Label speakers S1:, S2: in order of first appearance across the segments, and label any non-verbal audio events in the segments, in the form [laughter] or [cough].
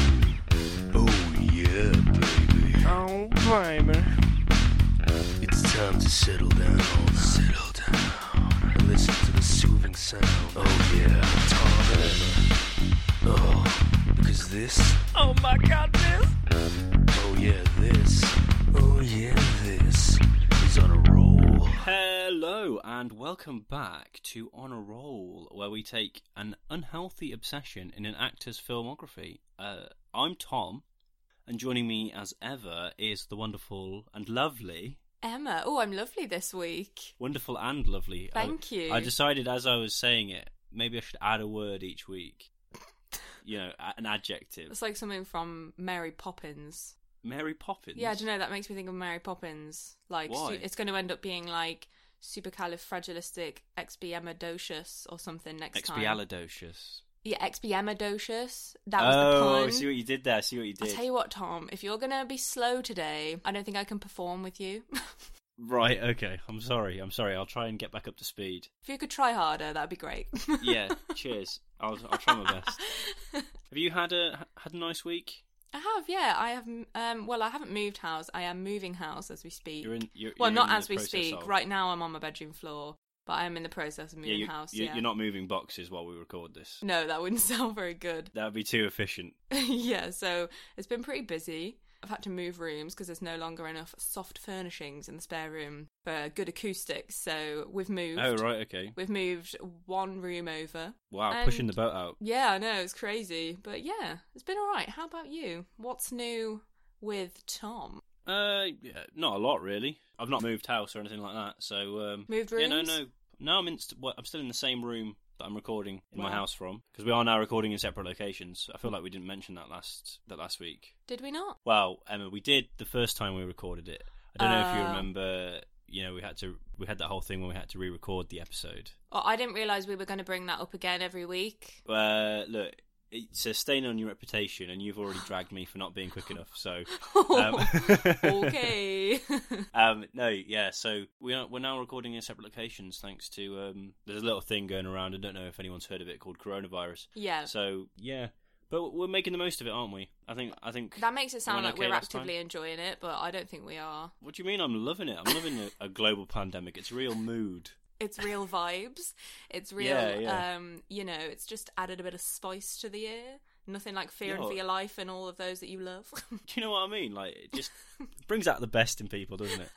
S1: Oh yeah, baby.
S2: Oh, baby.
S1: It's time to settle down. Settle down. And listen to the soothing sound. Oh yeah, Tom and Emma. Oh, because this.
S2: Oh my god, this.
S1: Oh yeah, this. Oh yeah, this is on a roll.
S3: Hello and welcome back to On a Roll, where we take an unhealthy obsession in an actor's filmography. Uh, I'm Tom, and joining me as ever is the wonderful and lovely,
S4: Emma, oh, I'm lovely this week.
S3: wonderful and lovely. I-
S4: Thank you.
S3: I decided as I was saying it, maybe I should add a word each week. You know, a- an adjective.
S4: It's like something from Mary Poppins.
S3: Mary Poppins.
S4: Yeah, do you know that makes me think of Mary Poppins? Like,
S3: Why?
S4: it's going to end up being like supercalifragilisticexpialidocious or something next time.
S3: Expialidocious.
S4: Yeah, expiamidocious. That was
S3: Oh,
S4: the
S3: see
S4: pun.
S3: what you did there. See what you
S4: I
S3: did.
S4: tell you what, Tom, if you're going to be slow today, I don't think I can perform with you. [laughs] if
S3: Right. Okay. I'm sorry. I'm sorry. I'll try and get back up to speed.
S4: you could try harder, that'd be great. [laughs]
S3: yeah, cheers. I'll I'll try my best. Have you had a had a nice week?
S4: I have, yeah. I have. Um, well, I haven't moved house. I am moving house as we speak.
S3: You're in- you're-
S4: well,
S3: you're
S4: not
S3: in the
S4: as we
S3: process
S4: speak.
S3: of-
S4: Right now, I'm on my bedroom floor, but I am in the process of moving
S3: you,
S4: house.
S3: you-
S4: yeah.
S3: You're not moving boxes while we record this.
S4: No, that wouldn't [laughs] sound very good.
S3: That would be too efficient.
S4: yeah. So it's been pretty busy. I've had to move rooms because there's no longer enough soft furnishings in the spare room for good acoustics. So we've moved.
S3: Oh right, okay.
S4: We've moved one room over.
S3: Wow,
S4: And-
S3: pushing the boat out.
S4: Yeah, I know it's crazy, but yeah, it's been all right. How about you? What's new with Tom?
S3: Uh, yeah, not a lot really. I've not moved house or anything like that. So um,
S4: Moved
S3: Yeah, no,
S4: rooms?
S3: no, no. I'm in. St- well, I'm still in the same room that I'm recording in my
S4: Wow.
S3: house from because we are now recording in separate locations. I feel like we didn't mention that last that last week.
S4: Did we not?
S3: Well, Emma, we did the first time we recorded it. I don't know if you
S4: Uh.
S3: remember. You know, we had to we had that whole thing when we had to re-record the episode.
S4: Oh, I didn't realise we were going to bring that up again every week.
S3: Uh, look, it's a stain on your reputation, and you've already dragged me for not being quick enough.
S4: [laughs]
S3: So, um,
S4: Oh,
S3: [laughs]
S4: okay.
S3: Um, no, yeah. So we are we're now recording in separate locations thanks to um. There's a little thing going around. I don't know if anyone's heard of it called coronavirus.
S4: [laughs] yeah.
S3: So yeah, but we're making the most of it, aren't we? I think I think
S4: that makes it sound
S3: went
S4: like
S3: okay
S4: we're
S3: last time.
S4: actively enjoying it, but I don't think we are.
S3: What do you mean? I'm loving it. I'm loving a, a global pandemic. It's real mood.
S4: It's real
S3: [laughs]
S4: vibes. It's real,
S3: Yeah, yeah.
S4: um, you know, it's just added a bit of spice to the year. Nothing like fear
S3: Yeah.
S4: and for your life and all of those that you love. [laughs]
S3: [laughs] Do you know what I mean? Like it just brings out the best in people, doesn't it?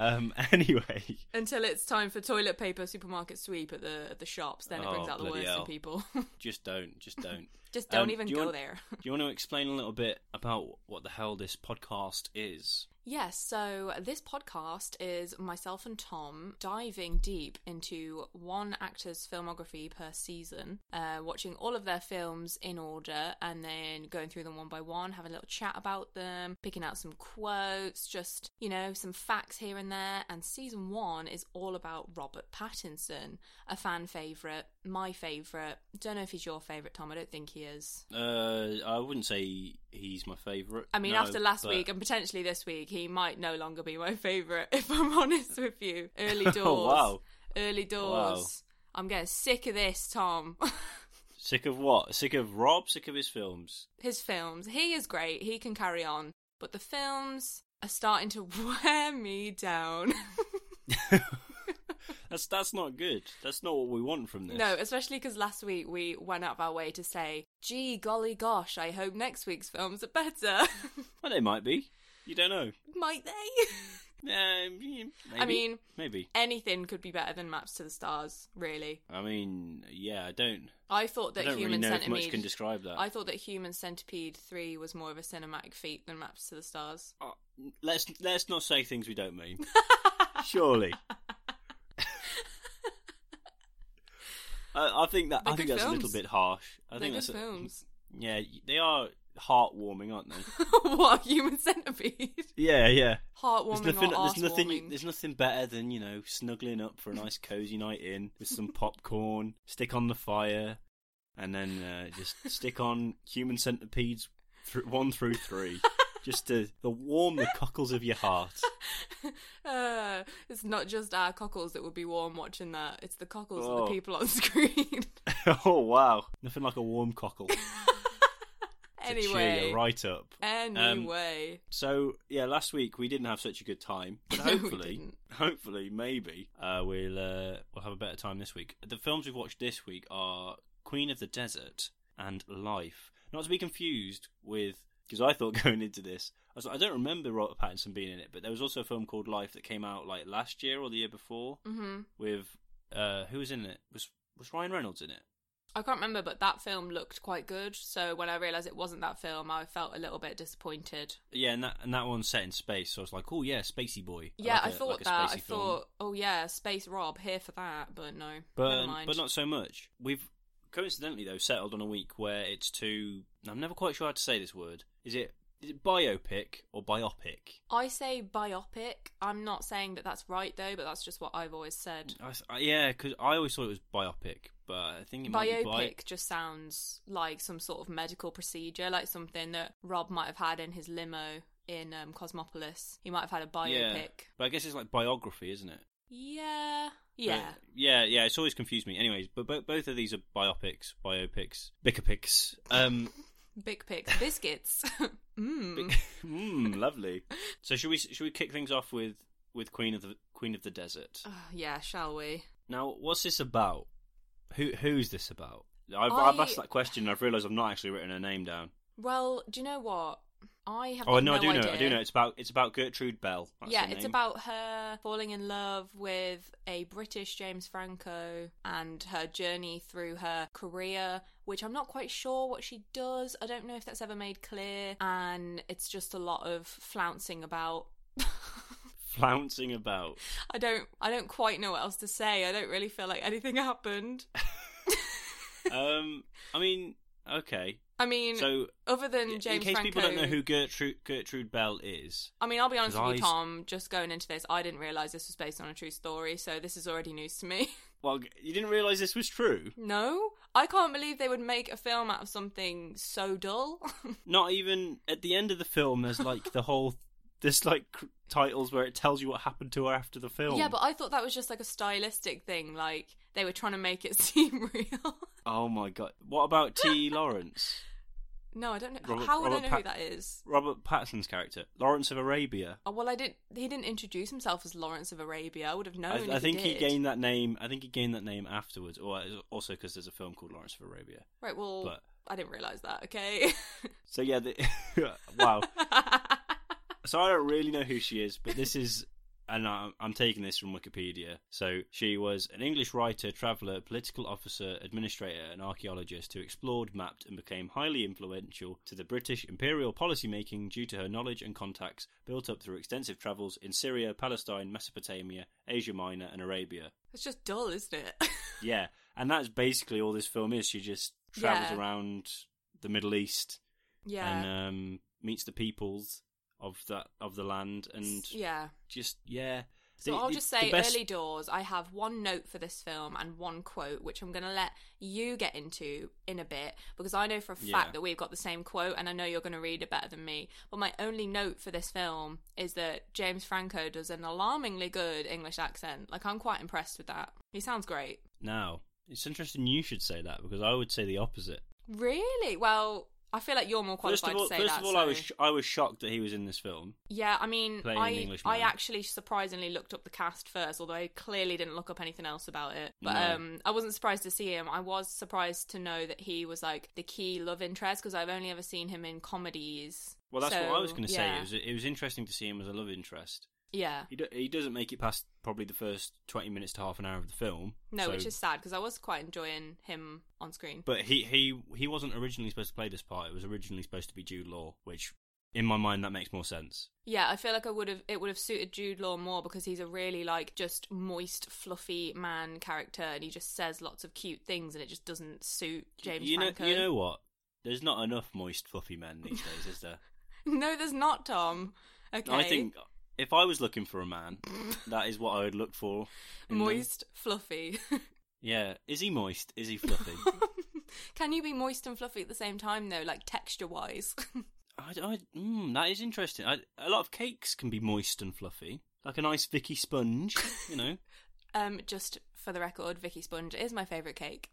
S3: Um. [laughs] Anyway.
S4: Until it's time for toilet paper, supermarket sweep at the at the shops, then it
S3: Oh,
S4: brings out the
S3: bloody
S4: worst
S3: hell.
S4: in people. [laughs]
S3: Just don't, just don't.
S4: just don't
S3: Um,
S4: even
S3: do you
S4: go
S3: want-
S4: there.
S3: Do you want to explain a little bit about what the hell this podcast is?
S4: Yes, so this podcast is myself and Tom diving deep into one actor's filmography per season, uh, watching all of their films in order and then going through them one by one, having a little chat about them, picking out some quotes, just, you know, some facts here and there. And season one is all about Robert Pattinson, a fan favourite, my favourite. Don't know if he's your favourite, Tom, I don't think he is.
S3: Uh, I wouldn't say he's my favourite.
S4: I mean,
S3: no,
S4: after last
S3: but-
S4: week and potentially this week, he might no longer be my [laughs] favourite, if I'm [laughs] honest with you.
S3: [laughs]
S4: Early doors.
S3: Oh, wow.
S4: Early doors. I'm getting sick of this, Tom. [laughs]
S3: Sick of what? Sick of Rob? Sick of his films?
S4: His films. He is great. He can carry on. But the films are starting to [laughs] wear me down. [laughs]
S3: That's that's not good. That's not what we want from this.
S4: no, especially because last week we went out of our way to say, gee, golly gosh, I hope next week's films are better. [laughs]
S3: well, they might be. You don't know.
S4: might they? [laughs]
S3: Um, maybe.
S4: I mean-
S3: maybe.
S4: Anything could be better than Maps to the Stars, really.
S3: I mean, yeah. I don't.
S4: I thought
S3: I
S4: that
S3: don't
S4: Human
S3: really know if
S4: Centipede.
S3: much can describe that.
S4: I thought that Human Centipede 3 was more of a cinematic feat than Maps to the Stars.
S3: Oh, let's
S4: [laughs]
S3: let's not say things we don't mean. Surely. I, I think that
S4: They're
S3: I think
S4: good
S3: that's a
S4: films.
S3: little bit harsh. I
S4: They're
S3: think
S4: good
S3: that's a-
S4: films. [laughs]
S3: yeah, they are heartwarming, aren't they?
S4: what human centipede? [laughs]
S3: yeah, yeah.
S4: Heartwarming
S3: there's nothing,
S4: or
S3: there's nothing,
S4: arse-warming?
S3: there's nothing better than you know snuggling up for a nice cozy night in with some popcorn, stick on the fire, and then uh, just stick on human centipedes thr one
S4: [laughs]
S3: through three, just to, to warm the cockles of your heart.
S4: [laughs] Uh, it's not just our cockles that would be warm watching that. It's the cockles of
S3: Oh.
S4: the people on [laughs]
S3: [laughs]
S4: screen.
S3: oh wow, nothing like a warm cockle to cheer
S4: anyway.
S3: you right up.
S4: Anyway.
S3: So yeah, last week we didn't have such a good time,
S4: [laughs]
S3: but
S4: No, we
S3: hopefully,
S4: didn't.
S3: hopefully, maybe uh, we'll uh, we'll have a better time this week. The films we've watched this week are Queen of the Desert and Life. Not to be confused with because I thought [laughs] going into this, I was like, I don't remember Robert Pattinson being in it, but there was also a film called Life that came out like last year or the year before
S4: hmm
S3: with uh, who was in it? Was was Ryan Reynolds in it?
S4: I can't remember, but that film looked quite good. So when I realised it wasn't that film, I felt a little bit disappointed.
S3: Yeah, and that and that one's set in space, so I was like, oh yeah, spacey boy.
S4: Yeah,
S3: like
S4: I
S3: a-
S4: thought
S3: like a
S4: that. I
S3: spacey film.
S4: thought, oh yeah, Space Rob here for that, but no,
S3: but
S4: never mind.
S3: but not so much. We've coincidentally though settled on a week where it's two. I'm never quite sure how to say this word. Is it is it biopic or biopic?
S4: I say biopic. I'm not saying that that's right though, but that's just what I've always said.
S3: I, s- I- yeah, because I always thought it was biopic, but I think it might
S4: Biopic
S3: be bi-
S4: just sounds like some sort of medical procedure, like something that Rob might have had in his limo in um, Cosmopolis. He might have had a
S3: Yeah,
S4: biopic.
S3: but I guess it's like biography, isn't it?
S4: Yeah, yeah.
S3: But- yeah, yeah. It's always confused me. Anyways, but, bo both of these are biopics, biopics, bicopics. Um,
S4: Big pics, biscuits. [laughs] mm.
S3: [laughs] mm, lovely. So should we should we kick things off with with Queen of the Queen of the Desert?
S4: Ah, yeah, shall we?
S3: Now, what's this about? Who who's this about? I've,
S4: I-
S3: I've asked that question. and I've realised I've not actually written her name down.
S4: Well, do you know what? I have.
S3: Oh
S4: got
S3: no, I do
S4: idea.
S3: know. I do know. It's about it's about Gertrude Bell. That's
S4: yeah,
S3: her
S4: it's
S3: name.
S4: about her falling in love with a British James Franco and her journey through her career, which I'm not quite sure what she does. I don't know if that's ever made clear, and it's just a lot of flouncing about.
S3: [laughs]
S4: [laughs]
S3: flouncing about.
S4: I don't I don't quite know what else to say. I don't really feel like anything [laughs] happened.
S3: um, I mean, okay.
S4: I mean,
S3: So
S4: other than
S3: in
S4: James
S3: case
S4: Franco,
S3: people don't know who Gertrude Gertrude Bell is,
S4: I mean, I'll be honest with you,
S3: Lies.
S4: Tom. Just going into this, I didn't realize this was based on a true story, so this is already news to me. [laughs]
S3: well, you didn't realise this was true.
S4: No, I can't believe they would make a film out of something so dull.
S3: Not even at the end of the film. There's like the whole. There's like cr- titles where it tells you what happened to her after the film.
S4: yeah, but I thought that was just like a stylistic thing. Like they were trying to make it [laughs] seem real.
S3: oh my god, what about T. Lawrence? [laughs]
S4: no, I don't know.
S3: Robert-
S4: How would I
S3: Robert
S4: know who
S3: Pa-
S4: that is?
S3: Robert Pattinson's character, Lawrence of Arabia.
S4: Oh, well, I didn't. He didn't introduce himself as Lawrence of Arabia. I would have known.
S3: I,
S4: if
S3: I think
S4: he,
S3: he,
S4: did.
S3: gained that name. I think he gained that name afterwards, or also because there's a film called Lawrence of Arabia.
S4: Right. Well,
S3: but-
S4: I didn't realize that. Okay. [laughs]
S3: So yeah, the, [laughs] wow. So I don't really know who she is, but this is, and I'm, I'm taking this from Wikipedia. So she was an English writer, traveller, political officer, administrator, and archaeologist who explored, mapped, and became highly influential to the British imperial policy making due to her knowledge and contacts built up through extensive travels in Syria, Palestine, Mesopotamia, Asia Minor, and Arabia.
S4: it's just dull, isn't it? [laughs]
S3: Yeah, and that's basically all this film is. She just travels
S4: Yeah.
S3: around the Middle East
S4: yeah.
S3: and um, meets the peoples of that of the land and
S4: yeah.
S3: just yeah.
S4: So
S3: The-
S4: I'll
S3: the-
S4: just
S3: the
S4: say
S3: best-
S4: early doors. I have one note for this film and one quote, which I'm going to let you get into in a bit because I know for a fact
S3: Yeah.
S4: that we've got the same quote, and I know you're going to read it better than me. But my only note for this film is that James Franco does an alarmingly good English accent. Like I'm quite impressed with that. He sounds great.
S3: now. It's interesting you should say that because I would say the opposite.
S4: Really? Well, I feel like you're more
S3: First
S4: qualified
S3: of all,
S4: to say
S3: first
S4: that.
S3: of all,
S4: so-
S3: I was sh- I was shocked that he was in this film.
S4: Yeah, I mean,
S3: Playing an
S4: I
S3: Englishman.
S4: I actually surprisingly looked up the cast first, although I clearly didn't look up anything else about it. But
S3: No.
S4: um, I wasn't surprised to see him. I was surprised to know that he was like the key love interest because I've only ever seen him in comedies.
S3: Well, that's
S4: So,
S3: what I was going to say.
S4: yeah.
S3: It was it was interesting to see him as a love interest.
S4: yeah,
S3: He do, he doesn't make it past probably the first twenty minutes to half an hour of the film.
S4: no,
S3: so-
S4: which is sad because I was quite enjoying him on screen.
S3: But he he he wasn't originally supposed to play this part. It was originally supposed to be Jude Law, which in my mind, that makes more sense.
S4: Yeah, I feel like I would have it would have suited Jude Law more because he's a really like just moist, fluffy man character, and he just says lots of cute things, and it just doesn't suit James
S3: you
S4: Franco.
S3: know, you know what? There's not enough moist, fluffy men these days, is there?
S4: [laughs] no, there's not Tom. Okay,
S3: I think if I was looking for
S4: [laughs]
S3: a man, that is what I would look for. in them.
S4: moist, fluffy. [laughs]
S3: Yeah. Is he moist? Is he fluffy?
S4: Can you be moist and fluffy at the same time though, like texture wise?
S3: I, I, mm, that is interesting. I, a lot of cakes can be moist and fluffy, like a nice Vicky sponge, you know.
S4: [laughs] [laughs] um, just for the record, Vicky Sponge is my favourite cake.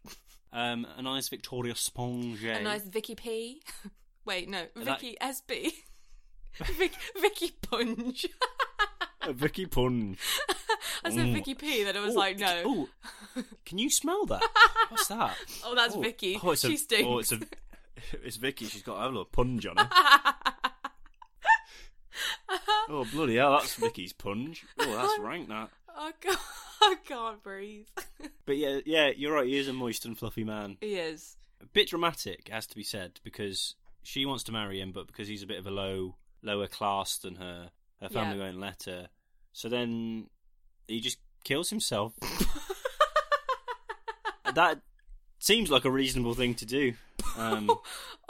S3: Um, a nice Victoria sponge. eh?
S4: A nice Vicky P. [laughs] Wait, no,
S3: That- [laughs]
S4: Vicky SB. [laughs] Vic, Vicky Punge.
S3: a Vicky punge.
S4: [laughs] I said
S3: Mm.
S4: Vicky P, then I was
S3: Ooh,
S4: like, no.
S3: Oh, can you smell
S4: [laughs]
S3: that? What's that?
S4: Oh, that's Vicky.
S3: Oh, it's a,
S4: She stinks.
S3: Oh, it's a. [laughs] It's Vicky. She's got a little
S4: [laughs]
S3: punge on her. oh bloody hell! That's Vicky's punge.
S4: [laughs]
S3: Oh, that's rank that.
S4: I can't, [laughs] I can't breathe.
S3: But yeah, yeah, you're right. He is a moist and fluffy man.
S4: he is.
S3: A bit dramatic, has to be said, because she wants to marry him, but because he's a bit of a low, lower class than her, her family
S4: Yeah.
S3: won't let her. So then he just
S4: [laughs]
S3: kills himself. that seems like a reasonable thing to do.
S4: [laughs]
S3: Um,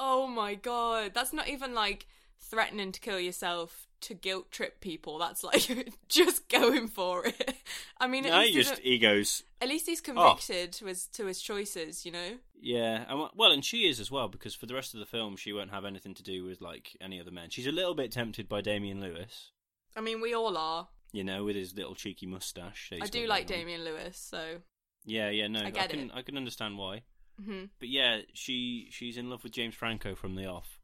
S4: Oh my god. That's not even like threatening to kill yourself to guilt trip people. That's like [laughs] just going for it. [laughs] I mean, at,
S3: no,
S4: least,
S3: he
S4: he
S3: just Oh.
S4: don't-
S3: he goes.
S4: at least he's convicted to, his, to his choices, you know?
S3: Yeah, and, w- well, and she is as well because for the rest of the film, she won't have anything to do with like any other men. She's a little bit tempted by Damien Lewis,
S4: I mean, we all are.
S3: you know, with his little cheeky mustache. that
S4: I
S3: he's
S4: do
S3: got
S4: like
S3: going on.
S4: Damian Lewis, so.
S3: Yeah, yeah, no,
S4: I
S3: I,
S4: get
S3: can
S4: it.
S3: I can understand why.
S4: mhm.
S3: But yeah, she she's in love with James Franco from the off.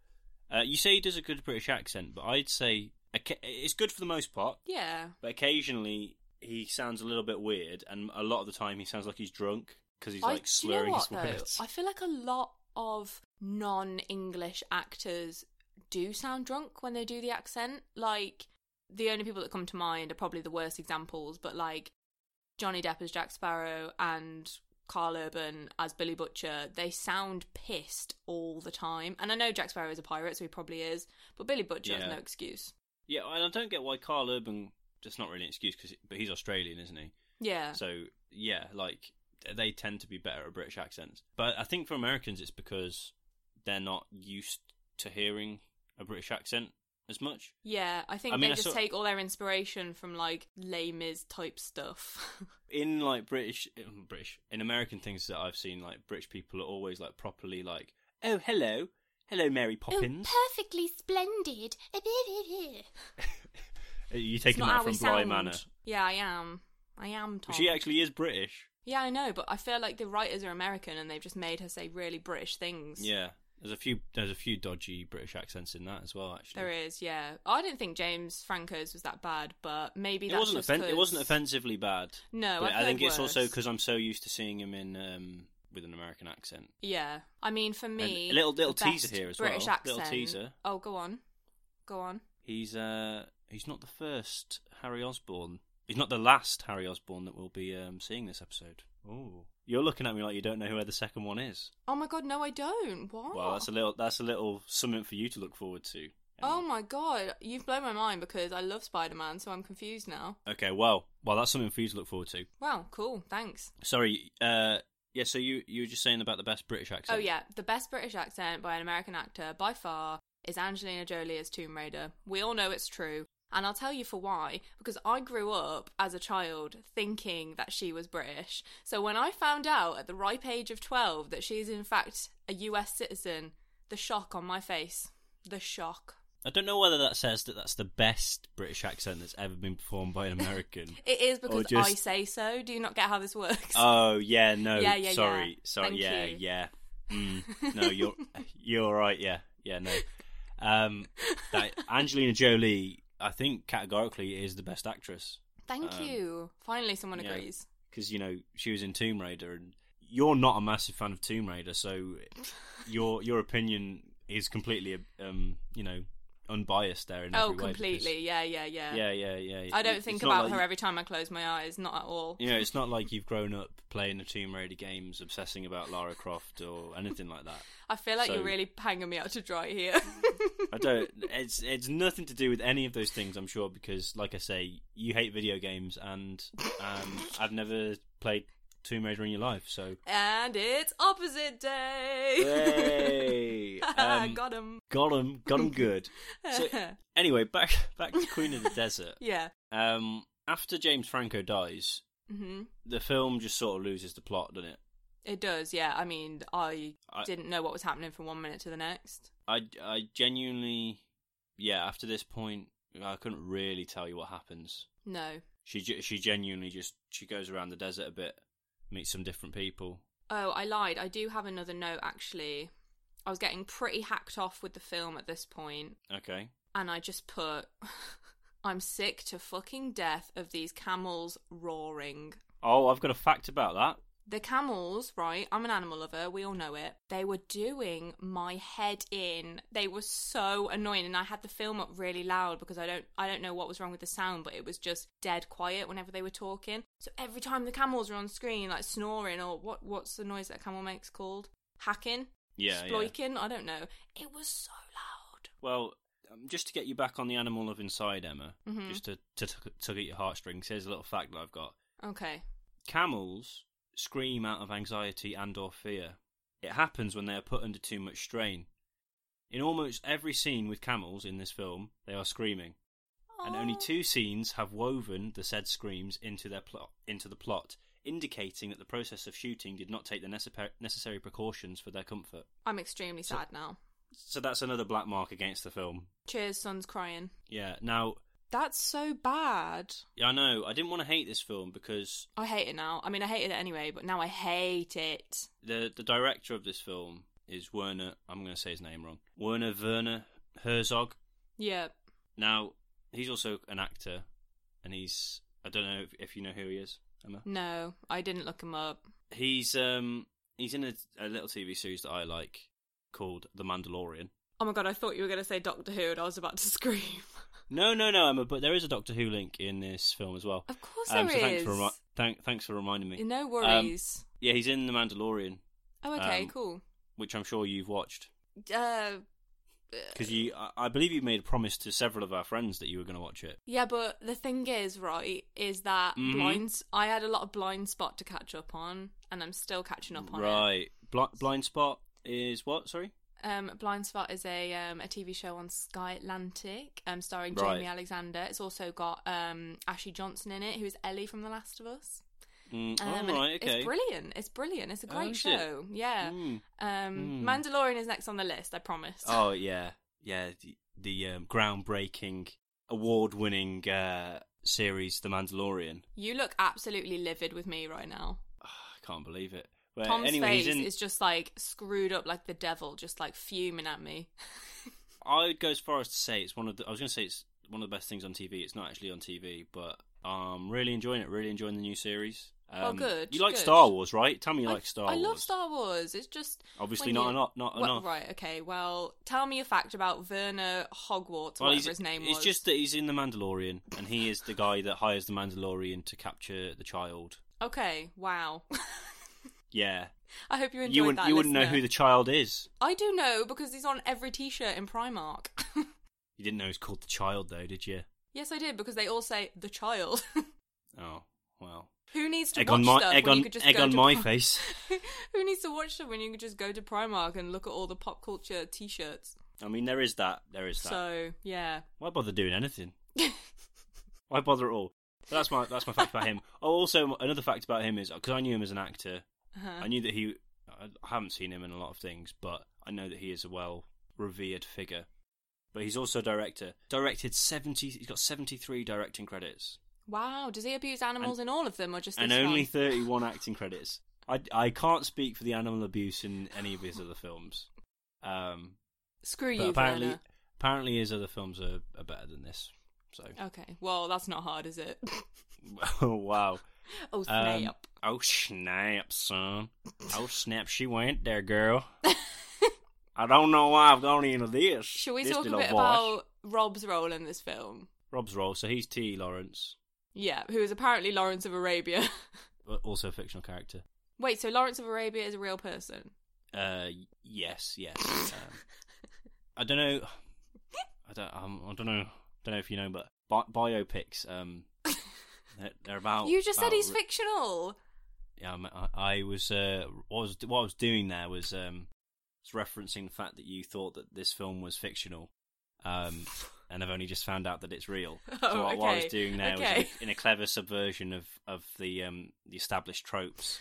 S3: Uh, you say he does a good British accent, but I'd say oca- it's good for the most part.
S4: Yeah.
S3: But occasionally he sounds a little bit weird, and a lot of the time he sounds like he's drunk because he's
S4: I-
S3: like
S4: do you know
S3: slurring his
S4: what, though?
S3: words.
S4: I feel like a lot of non English actors do sound drunk when they do the accent. Like, the only people that come to mind are probably the worst examples, but like Johnny Depp as Jack Sparrow and Carl Urban as Billy Butcher, they sound pissed all the time. And I know Jack Sparrow is a pirate, so he probably is, but Billy Butcher has
S3: Yeah.
S4: no excuse.
S3: Yeah, and I don't get why Carl Urban. That's not really an excuse, cause, but he's Australian, isn't he?
S4: Yeah.
S3: So yeah, like they tend to be better at British accents. But I think for Americans, it's because they're not used to hearing a British accent as much.
S4: yeah, I think
S3: I mean,
S4: they
S3: I
S4: just
S3: saw-
S4: take all their inspiration from like Les Mis type stuff. [laughs]
S3: In like British, [laughs] um, British in American things that I've seen, like British people are always like properly like, oh hello, hello Mary
S4: Oh,
S3: Poppins.
S4: perfectly splendid. [laughs]
S3: Are you taking that from Bly Manor?
S4: Yeah, I am. I am Tom.
S3: She actually is British.
S4: yeah, I know, but I feel like the writers are American and they've just made her say really British things.
S3: Yeah, there's a few there's a few dodgy British accents in that as well. Actually,
S4: There is, yeah. I didn't think James Franco's was that bad, but maybe
S3: It
S4: that's
S3: wasn't
S4: just
S3: offen-
S4: 'cause-
S3: it wasn't offensively bad.
S4: No,
S3: but
S4: I've
S3: I think
S4: heard
S3: it's also
S4: worse.
S3: because I'm so used to seeing him in um, with an American accent.
S4: Yeah, I mean for me,
S3: a little-
S4: the
S3: little teaser
S4: best
S3: here as
S4: British
S3: well.
S4: Accent.
S3: Little teaser.
S4: Oh, go on, go on.
S3: He's uh, he's not the first Harry Osborne. He's not the last Harry Osborne that we'll be um, seeing this episode. Oh, you're looking at me like you don't know who the second one is.
S4: Oh my god, no, I don't. What?
S3: Well, that's a little that's a little something for you to look forward to.
S4: Oh my god, you've blown my mind because I love Spider Man, so I'm confused now.
S3: Okay, well, well, that's something for you to look forward to.
S4: Wow, cool, thanks.
S3: Sorry, uh, yeah. So you you were just saying about the best British accent.
S4: Oh yeah, the best British accent by an American actor by far is Angelina Jolie as Tomb Raider. We all know it's true, and I'll tell you for why. Because I grew up as a child thinking that she was British. So when I found out at the ripe age of twelve that she is in fact a U.S. citizen, the shock on my face, the shock.
S3: I don't know whether that says that that's the best British accent that's ever been performed by
S4: [laughs]
S3: an American.
S4: It is because
S3: just-
S4: I say so. Do you not get how this works?
S3: oh yeah, no,
S4: Yeah, yeah,
S3: sorry,
S4: yeah.
S3: sorry,
S4: Thank
S3: yeah,
S4: you.
S3: yeah.
S4: [laughs]
S3: Mm, no, you're you're right. Yeah, yeah, no.
S4: [laughs]
S3: Um, that Angelina Jolie, I think categorically is the best actress
S4: Thank
S3: um,
S4: you. Finally, someone
S3: yeah.
S4: agrees.
S3: because you know she was in Tomb Raider, and you're not a massive fan of Tomb Raider, so your your opinion is completely um you know unbiased there in
S4: Oh,
S3: every way. because-
S4: completely. Yeah, yeah, yeah,
S3: Yeah, yeah, yeah.
S4: I
S3: It-
S4: don't
S3: it's
S4: think
S3: not
S4: about
S3: like
S4: her
S3: you-
S4: every time I close my eyes. Not at all.
S3: You know, it's not like you've grown up playing the Tomb Raider games, obsessing about Lara Croft or anything like that.
S4: I feel like
S3: So-
S4: you're really hanging me out to dry
S3: [laughs]
S4: here.
S3: I don't. It's it's nothing to do with any of those things, I'm sure, because like I say, you hate video games, and um, I've never played Tomb Raider in your life, so.
S4: and it's opposite day. [laughs]
S3: Yay!
S4: Ah,
S3: um,
S4: Got him.
S3: got him, good.
S4: [laughs]
S3: So anyway, back back to Queen of the Desert.
S4: yeah.
S3: Um, after James Franco dies,
S4: hmm
S3: the film just sort of loses the plot, doesn't it?
S4: It does. Yeah. I mean, I,
S3: I-
S4: didn't know what was happening from one minute to the next.
S3: I I genuinely, yeah. After this point, I couldn't really tell you what happens.
S4: No.
S3: She ge- she genuinely just she goes around the desert a bit, meets some different people.
S4: Oh, I lied. I do have another note actually. I was getting pretty hacked off with the film at this point,
S3: Okay.
S4: and I just put, [laughs] "I'm sick to fucking death of these camels roaring."
S3: Oh, I've got a fact about that.
S4: The camels, right? I'm an animal lover. We all know it. They were doing my head in. They were so annoying, and I had the film up really loud because I don't, I don't know what was wrong with the sound, but it was just dead quiet whenever they were talking. So every time the camels were on screen, like snoring or what, what's the noise that a camel makes called? Hacking,
S3: Yeah. yeah.
S4: sploiking. I don't know. It was so loud.
S3: Well, um, just to get you back on the animal of inside, Emma,
S4: Mhm.
S3: just to, to tug- tug at your heartstrings, here's a little fact that I've got.
S4: Okay.
S3: Camels scream out of anxiety and or fear. It happens when they are put under too much strain. In almost every scene with camels in this film, they are screaming, and only
S4: Oh.
S3: two scenes have woven the said screams into their plot into the plot, indicating that the process of shooting did not take the necessar- necessary precautions for their comfort.
S4: I'm extremely
S3: So-
S4: sad now.
S3: So that's another black mark against the film.
S4: Cheers, son's crying.
S3: Yeah. Now,
S4: That's so bad.
S3: yeah, I know I didn't want to hate this film because
S4: I hate it now. I mean, I hated it anyway, but now I hate it.
S3: the the director of this film is Werner. I'm going to say his name wrong. Werner Werner Herzog.
S4: Yeah.
S3: Now he's also an actor, and he's I don't know if, if you know who he is, Emma.
S4: No, I didn't look him up.
S3: He's um he's in a, a little TV series that I like called The Mandalorian.
S4: Oh my god, I thought you were going to say Doctor Who and I was about to [laughs] scream.
S3: No, no, no, Emma. But there is a Doctor Who link in this film as well.
S4: Of course
S3: um,
S4: there
S3: so Thanks for,
S4: is.
S3: remi- thank, thanks for reminding me.
S4: no
S3: Um,
S4: worries.
S3: yeah, he's in The Mandalorian,
S4: oh, okay,
S3: um,
S4: cool.
S3: which I'm sure you've watched.
S4: Uh,
S3: Because you, I- I believe you made a promise to several of our friends that you were going to watch it.
S4: yeah, but the thing is, right, is that
S3: Mhm.
S4: blinds. I had a lot of blind spot to catch up on, and I'm still catching up on it.
S3: right. Bli- blind spot is what? Sorry.
S4: Um, Blind Spot is a um, a TV show on Sky Atlantic, um, starring
S3: Right.
S4: Jamie Alexander. It's also got um, Ashley Johnson in it, who is Ellie from The Last of Us.
S3: Mm,
S4: Um,
S3: all
S4: and
S3: right.
S4: it-
S3: Okay.
S4: It's brilliant. It's brilliant. It's a
S3: Oh,
S4: great
S3: is it?
S4: show. Yeah.
S3: Mm.
S4: Um,
S3: Mm.
S4: Mandalorian is next on the list. I promise.
S3: Oh yeah, yeah. The, the um, groundbreaking, award-winning uh, series, The Mandalorian.
S4: You look absolutely livid with me right now.
S3: Ah, I can't believe it. But
S4: Tom's
S3: anyway,
S4: face
S3: he's in.
S4: is just like screwed up, like the devil, just like fuming at me.
S3: I'd go as far as to say it's one of the. I was going to say it's one of the best things on TV. It's not actually on TV, but I'm really enjoying it. Really enjoying the new series. Um,
S4: Oh, good,
S3: You like
S4: good.
S3: Star Wars, right? Tell me you
S4: I-
S3: like Star
S4: I,
S3: Wars.
S4: love Star Wars. It's just
S3: Obviously
S4: when
S3: not
S4: you-
S3: enough- not
S4: Well,
S3: enough.
S4: Right. Okay. Well, tell me a fact about Werner Hogwarts, or
S3: Well,
S4: whatever his name
S3: it's
S4: was.
S3: just that he's in The Mandalorian, and he is the guy that hires the Mandalorian to capture the child.
S4: okay. Wow. [laughs]
S3: Yeah,
S4: I hope you enjoyed
S3: you wouldn't
S4: that.
S3: you wouldn't know
S4: listener.
S3: who the child is.
S4: I do know because he's on every T-shirt in Primark. [laughs]
S3: You didn't know he's called the child though, did you?
S4: yes, I did because they all say the child. [laughs]
S3: Oh well,
S4: Who needs to
S3: egg
S4: watch
S3: on my
S4: stuff
S3: egg
S4: when you
S3: on
S4: could just
S3: egg
S4: go
S3: on
S4: to [laughs]
S3: my
S4: Pri-
S3: face.
S4: Who needs to watch stuff when you could just go to Primark and look at all the pop culture T-shirts?
S3: I mean, there is that. There is that.
S4: So yeah, [laughs]
S3: Why bother doing anything? Why bother at all? So that's my that's my fact about him. [laughs] Oh, also another fact about him is because I knew him as an actor.
S4: Uh-huh.
S3: I knew that he. I haven't seen him in a lot of things, but I know that he is a well revered figure. But he's also a director. Directed seventy. He's got seventy three directing credits
S4: wow. Does he abuse animals in all of them, or just
S3: and
S4: this
S3: only
S4: one?
S3: thirty one acting credits. I I can't speak for the animal abuse in any of his other films. Um,
S4: Screw
S3: but
S4: you,
S3: apparently,
S4: Werner.
S3: apparently his other films are, are better than this. So
S4: Okay, well that's not hard, is it? [laughs]
S3: oh [laughs] wow.
S4: oh
S3: Um,
S4: snap!
S3: oh snap, son. Oh snap, she
S4: [laughs]
S3: went there, girl. I don't know why I've gone into this.
S4: Should we
S3: this
S4: talk a
S3: little
S4: bit
S3: voice.
S4: about Rob's role in this film.
S3: Rob's role. So he's T. Lawrence,
S4: Yeah, who is apparently Lawrence of Arabia. [laughs]
S3: but also a fictional character.
S4: Wait, so Lawrence of Arabia is a real person?
S3: Uh, yes, yes.
S4: [laughs]
S3: Um, I don't know. I don't. Um, I don't know. Don't know if you know, but bi- biopics.
S4: [laughs]
S3: Um, they're, they're about.
S4: you just said
S3: Oh, about
S4: he's
S3: re-
S4: fictional.
S3: Yeah, I'm- I, I was. Uh, what I was what I was doing there was um, was referencing the fact that you thought that this film was fictional,
S4: [laughs]
S3: um, and I've only just found out that it's real. so
S4: Oh,
S3: what, what I was
S4: okay,
S3: doing there was
S4: okay.
S3: in a, in a clever subversion of of the um, the established
S4: [laughs]
S3: tropes.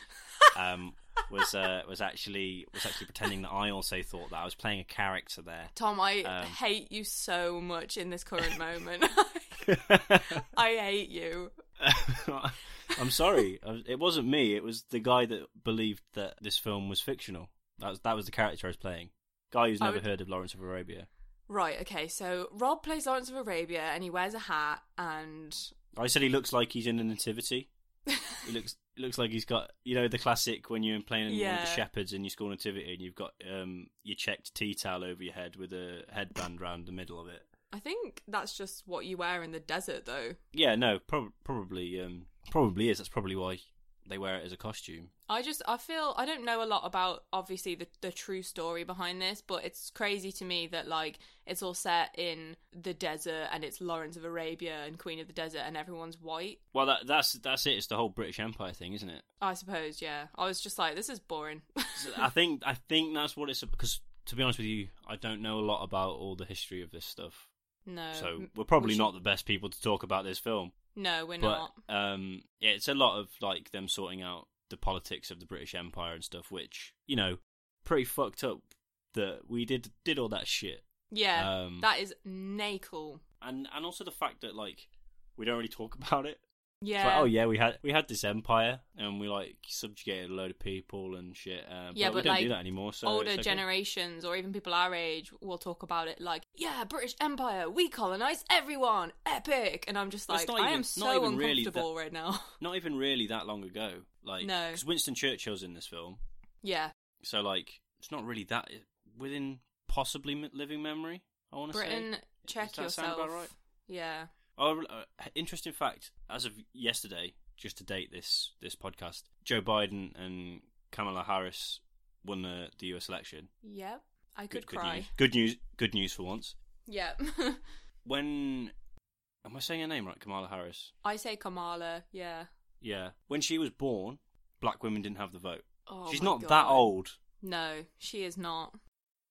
S3: Um, was uh, was actually was actually pretending that I also thought that I was playing a character there.
S4: [laughs] Tom, I
S3: Um.
S4: hate you so much in this
S3: [laughs]
S4: current moment. [laughs] I hate you.
S3: [laughs] I'm sorry, I- it wasn't me. It was the guy that believed that this film was fictional. That was, that was the character I was playing. Guy who's
S4: I
S3: never
S4: would-
S3: heard of Lawrence of Arabia.
S4: Right, okay, so Rob plays Lawrence of Arabia and he wears a hat and
S3: I said he looks like he's in
S4: [laughs]
S3: a nativity. He looks he looks like he's got you know the classic when you're playing one of
S4: Yeah.
S3: the shepherds in your school nativity and you've got um your checked tea towel over your head with a headband round the middle of it.
S4: I think that's just what you wear in the desert though.
S3: Yeah, no, prob- probably um probably is. That's probably why they wear it as a costume.
S4: I just I feel I don't know a lot about obviously the the true story behind this, but it's crazy to me that like it's all set in the desert and it's Lawrence of Arabia and Queen of the Desert and everyone's white.
S3: Well, that that's that's it. It's the whole British Empire thing, isn't it?
S4: I suppose, yeah. I was just like, this is boring. [laughs]
S3: So I think I think that's what it's because to be honest with you, I don't know a lot about all the history of this stuff.
S4: no.
S3: so
S4: Uh, m-
S3: we're probably
S4: we should-
S3: not the best people to talk about this film.
S4: No, we're
S3: but
S4: not.
S3: um, yeah, it's a lot of like them sorting out the politics of the British Empire and stuff, which you know, pretty fucked up that we did did all that shit,
S4: Yeah.
S3: um,
S4: that is nakel.
S3: and and also the fact that like we don't really talk [laughs] about it. It's
S4: Yeah.
S3: like, oh yeah, we had we had this empire and we like subjugated a load of people and shit. Um,
S4: Yeah,
S3: but, we
S4: but,
S3: don't do
S4: like,
S3: that anymore. So
S4: Older
S3: it's okay.
S4: generations or even people our age will talk about it like, yeah, British Empire, we colonise everyone, epic. And I'm just like,
S3: That's not
S4: I
S3: even-
S4: am
S3: not
S4: so
S3: even really
S4: uncomfortable right now. [laughs]
S3: not even really that long ago. Like,
S4: No.
S3: because Winston Churchill's in this film,
S4: yeah.
S3: so like it's not really that within possibly m- living memory. I want to say
S4: Britain,
S3: Does
S4: check
S3: that
S4: yourself.
S3: Sound about right?
S4: Yeah.
S3: Oh, uh, interesting fact. As of yesterday, just to date this this podcast, Joe Biden and Kamala Harris won the, the U.S. election.
S4: Yep. I could cry.
S3: news. Good news. Good news for once.
S4: Yep.
S3: When am I saying her name right? Kamala Harris.
S4: [laughs] I say Kamala. Yeah.
S3: Yeah. When she was born, black women didn't have the vote.
S4: Oh,
S3: She's
S4: my
S3: not
S4: God.
S3: that old.
S4: No, she is not.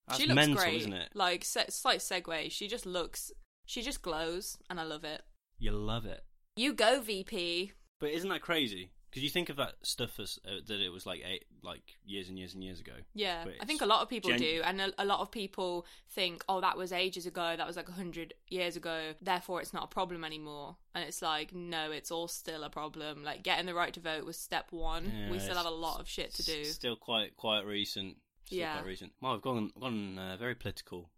S3: That's
S4: she looks
S3: mental,
S4: great.
S3: isn't it?
S4: Like se- slight segue. She just looks. She just glows, and I love it.
S3: You love it.
S4: You go, VP.
S3: But isn't that crazy? Because you think of that stuff as uh, that it was like eight, like years and years and years ago.
S4: Yeah,
S3: But
S4: I
S3: it's
S4: think a lot of people
S3: gen-
S4: do, and a, a lot of people think, "Oh, that was ages ago. That was like hundred years ago. Therefore, it's not a problem anymore." And it's like, no, it's all still a problem. Like getting the right to vote was step one.
S3: Yeah,
S4: we still have a
S3: it's
S4: lot of shit to do.
S3: s- Still quite quite recent. Still
S4: Yeah.
S3: quite recent. Well, I've gone gone uh, very political.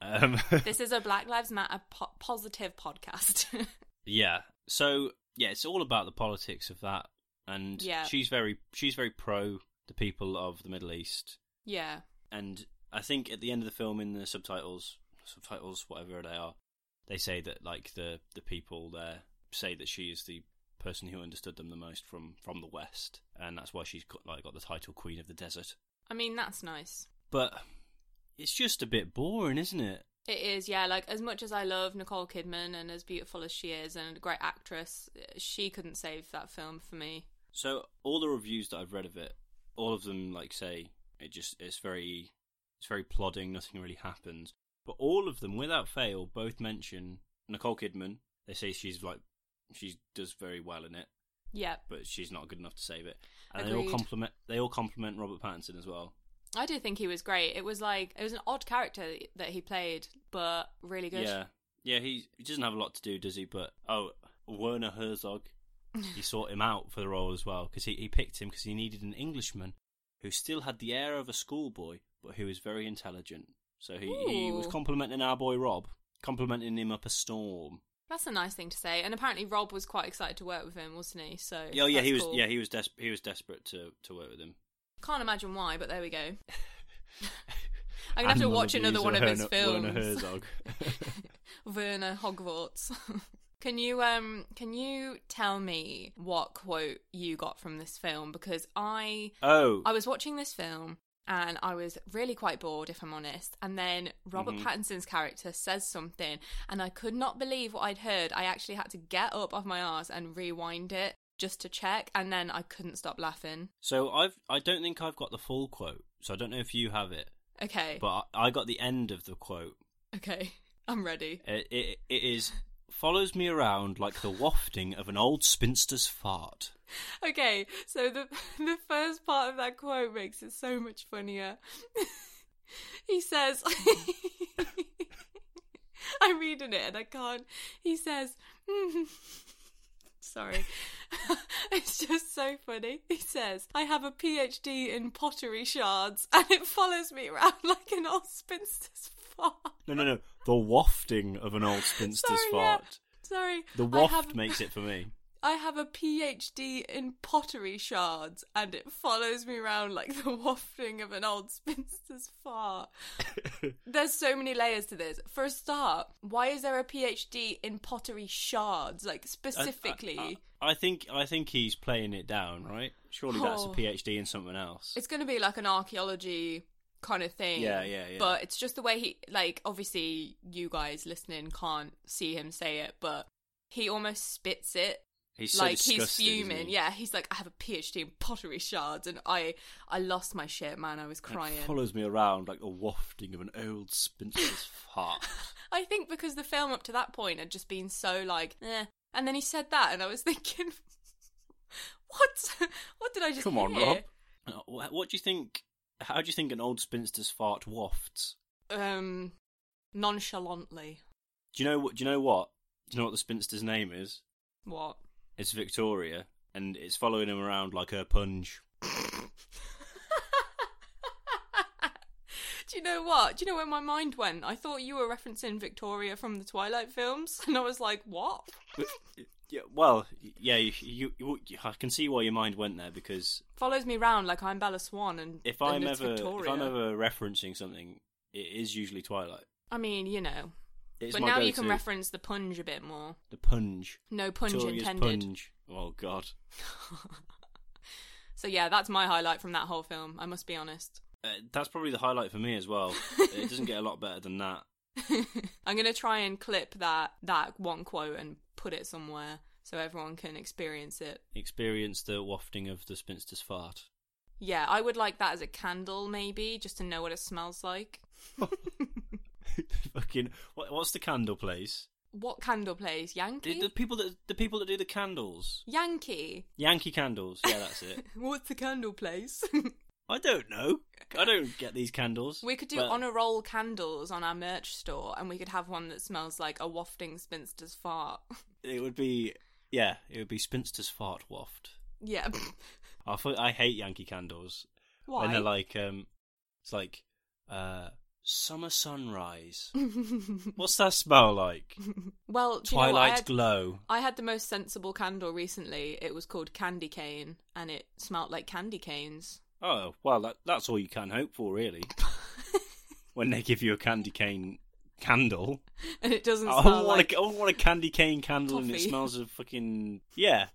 S3: Um,
S4: [laughs]
S3: [laughs]
S4: this is a Black Lives Matter po- positive podcast. [laughs]
S3: yeah. So yeah, it's all about the politics of that, and
S4: Yeah.
S3: she's very she's very pro the people of the Middle East,
S4: yeah,
S3: and I think at the end of the film, in the subtitles, subtitles whatever they are, they say that like the the people there say that she is the person who understood them the most from from the West, and that's why she's got, like got the title Queen of the Desert.
S4: I mean that's nice.
S3: But it's just a bit boring, isn't it?
S4: It is, yeah. Like as much as I love Nicole Kidman and as beautiful as she is and a great actress, she couldn't save that film for me.
S3: So all the reviews that I've read of it, all of them like say it just it's very it's very plodding, nothing really happens. But all of them, without fail, both mention Nicole Kidman. They say she's like she does very well in it,
S4: Yeah,
S3: but she's not good enough to save it. And they all
S4: Agreed.
S3: compliment they all compliment Robert Pattinson as well.
S4: I do think he was great. It was like it was an odd character that he played, but really good.
S3: Yeah, yeah, he, he doesn't have a lot to do, does he? But oh, Werner Herzog,
S4: [laughs]
S3: he sought him out for the role as well because he, he picked him because he needed an Englishman who still had the air of a schoolboy but who was very intelligent. So he, he was
S4: Ooh.
S3: complimenting our boy Rob, complimenting him up a storm.
S4: That's a nice thing to say. And apparently Rob was quite excited to work with him, wasn't he? So
S3: Yeah, oh, yeah,
S4: that's
S3: he was
S4: cool.
S3: yeah he was des- he was desperate to to work with him. [laughs]
S4: Can't imagine why, but there we go. I'm gonna have to
S3: And
S4: watch
S3: the
S4: another
S3: views
S4: one of his
S3: Werner- Werner
S4: films.
S3: Herzog.
S4: [laughs] Werner Hogwarts. [laughs] can you um can you tell me what quote you got from this film? Because I
S3: oh,
S4: [laughs] I was watching this film and I was really quite bored, if I'm honest. And then Robert
S3: Mhm.
S4: Pattinson's character says something, and I could not believe what I'd heard. I actually had to get up off my arse and rewind it just to check, and then I couldn't stop laughing.
S3: so I've I don't think I've got the full quote, so I don't know if you have it,
S4: Okay,
S3: but I I got the end of the quote.
S4: okay, [laughs] I'm ready.
S3: It, Uh, it, it is follows me around like the wafting of an old spinster's fart.
S4: Okay, so the [laughs] the first part of that quote makes it so much funnier. [laughs] he says [laughs] I'm reading it and I can't. He says [laughs] Sorry. [laughs] it's just so funny. He says, I have a PhD in pottery shards and it follows me around [laughs] like an old spinster's fart.
S3: No, no, no. The wafting of an old spinster's
S4: Sorry, yeah.
S3: fart.
S4: Sorry.
S3: The
S4: I
S3: waft
S4: have a-
S3: makes it
S4: [laughs]
S3: for me.
S4: I have a PhD in pottery shards, and it follows me round like [laughs] the wafting of an old spinster's
S3: [laughs]
S4: fart. There's so many layers to this. For a start, why is there a PhD in pottery shards, like
S3: I- I-
S4: specifically?
S3: I, I think I think he's playing it down, right? Surely that's a
S4: Oh.
S3: PhD in something else.
S4: It's going to be like an archaeology kind of thing.
S3: Yeah, yeah, yeah.
S4: But it's just the way he, like, obviously you guys listening can't see him say it, but he almost spits it
S3: he's so
S4: like he's
S3: disgusted, isn't
S4: fuming.
S3: he?
S4: Yeah, he's like, I have a PhD in pottery shards, and I, I lost my shit, man. I was
S3: And it
S4: crying.
S3: follows me around like the wafting of an
S4: [laughs]
S3: old spinster's fart.
S4: I think because the film up to that point had just been so like, eh. and then he said that, and I was [laughs] thinking, what? what did I just?
S3: Come on,
S4: hear?
S3: Rob. Uh, wh- What do you think? How do you think an old spinster's fart wafts?
S4: Um, nonchalantly.
S3: Do you know what? Do you know what? Do you know what the spinster's name is?
S4: What?
S3: It's Victoria, and it's following him around like her punch.
S4: Do you know what? Do you know where my mind went? I thought you were referencing Victoria from the Twilight films, [laughs] and I was like, what?
S3: But, yeah, well, yeah, you, you, you- I can see why your mind went there because
S4: follows me round like I'm Bella Swan and
S3: if
S4: and
S3: I'm
S4: it's
S3: ever
S4: Victoria.
S3: if I'm ever referencing something, it is usually Twilight.
S4: I mean, you know.
S3: It's
S4: but
S3: my
S4: now you
S3: go-to.
S4: can reference the punge a bit more.
S3: the punge.
S4: No punge
S3: Victoria's
S4: intended.
S3: punge. Oh God.
S4: [laughs] So yeah, that's my highlight from that whole film. I must be honest.
S3: Uh, that's probably the highlight for me
S4: [laughs]
S3: as well. it doesn't get a lot better than that.
S4: I'm gonna try and clip that that one quote and put it somewhere so everyone can experience it.
S3: Experience the wafting of the spinster's fart. [laughs]
S4: Yeah, I would like that as a candle, maybe, just to know what it smells like.
S3: Fucking what, what's the candle place?
S4: What candle plays Yankee?
S3: The, the people that the people that do the candles,
S4: Yankee. [laughs]
S3: Yankee candles. Yeah, that's it.
S4: What's the candle place? [laughs]
S3: I don't know. I don't get these candles.
S4: We could do
S3: but-
S4: on a roll candles on our merch store, and we could have one that smells like a wafting spinster's fart. [laughs]
S3: It would be yeah. It would be spinster's fart waft.
S4: yeah. [laughs]
S3: I fu- I hate Yankee candles.
S4: Why?
S3: When they're like um, it's like uh,
S4: [laughs]
S3: summer sunrise. What's that smell like?
S4: well, do you know what? I
S3: Twilight
S4: had,
S3: glow.
S4: I had the most sensible candle recently. It was called Candy Cane, and it smelt like candy canes. [laughs]
S3: Oh well, that, that's all you can hope for, really. when they give you a candy cane candle,
S4: And it doesn't
S3: I
S4: smell
S3: want,
S4: like.
S3: a, I want a candy cane candle, and it
S4: toffee.
S3: smells of fucking yeah,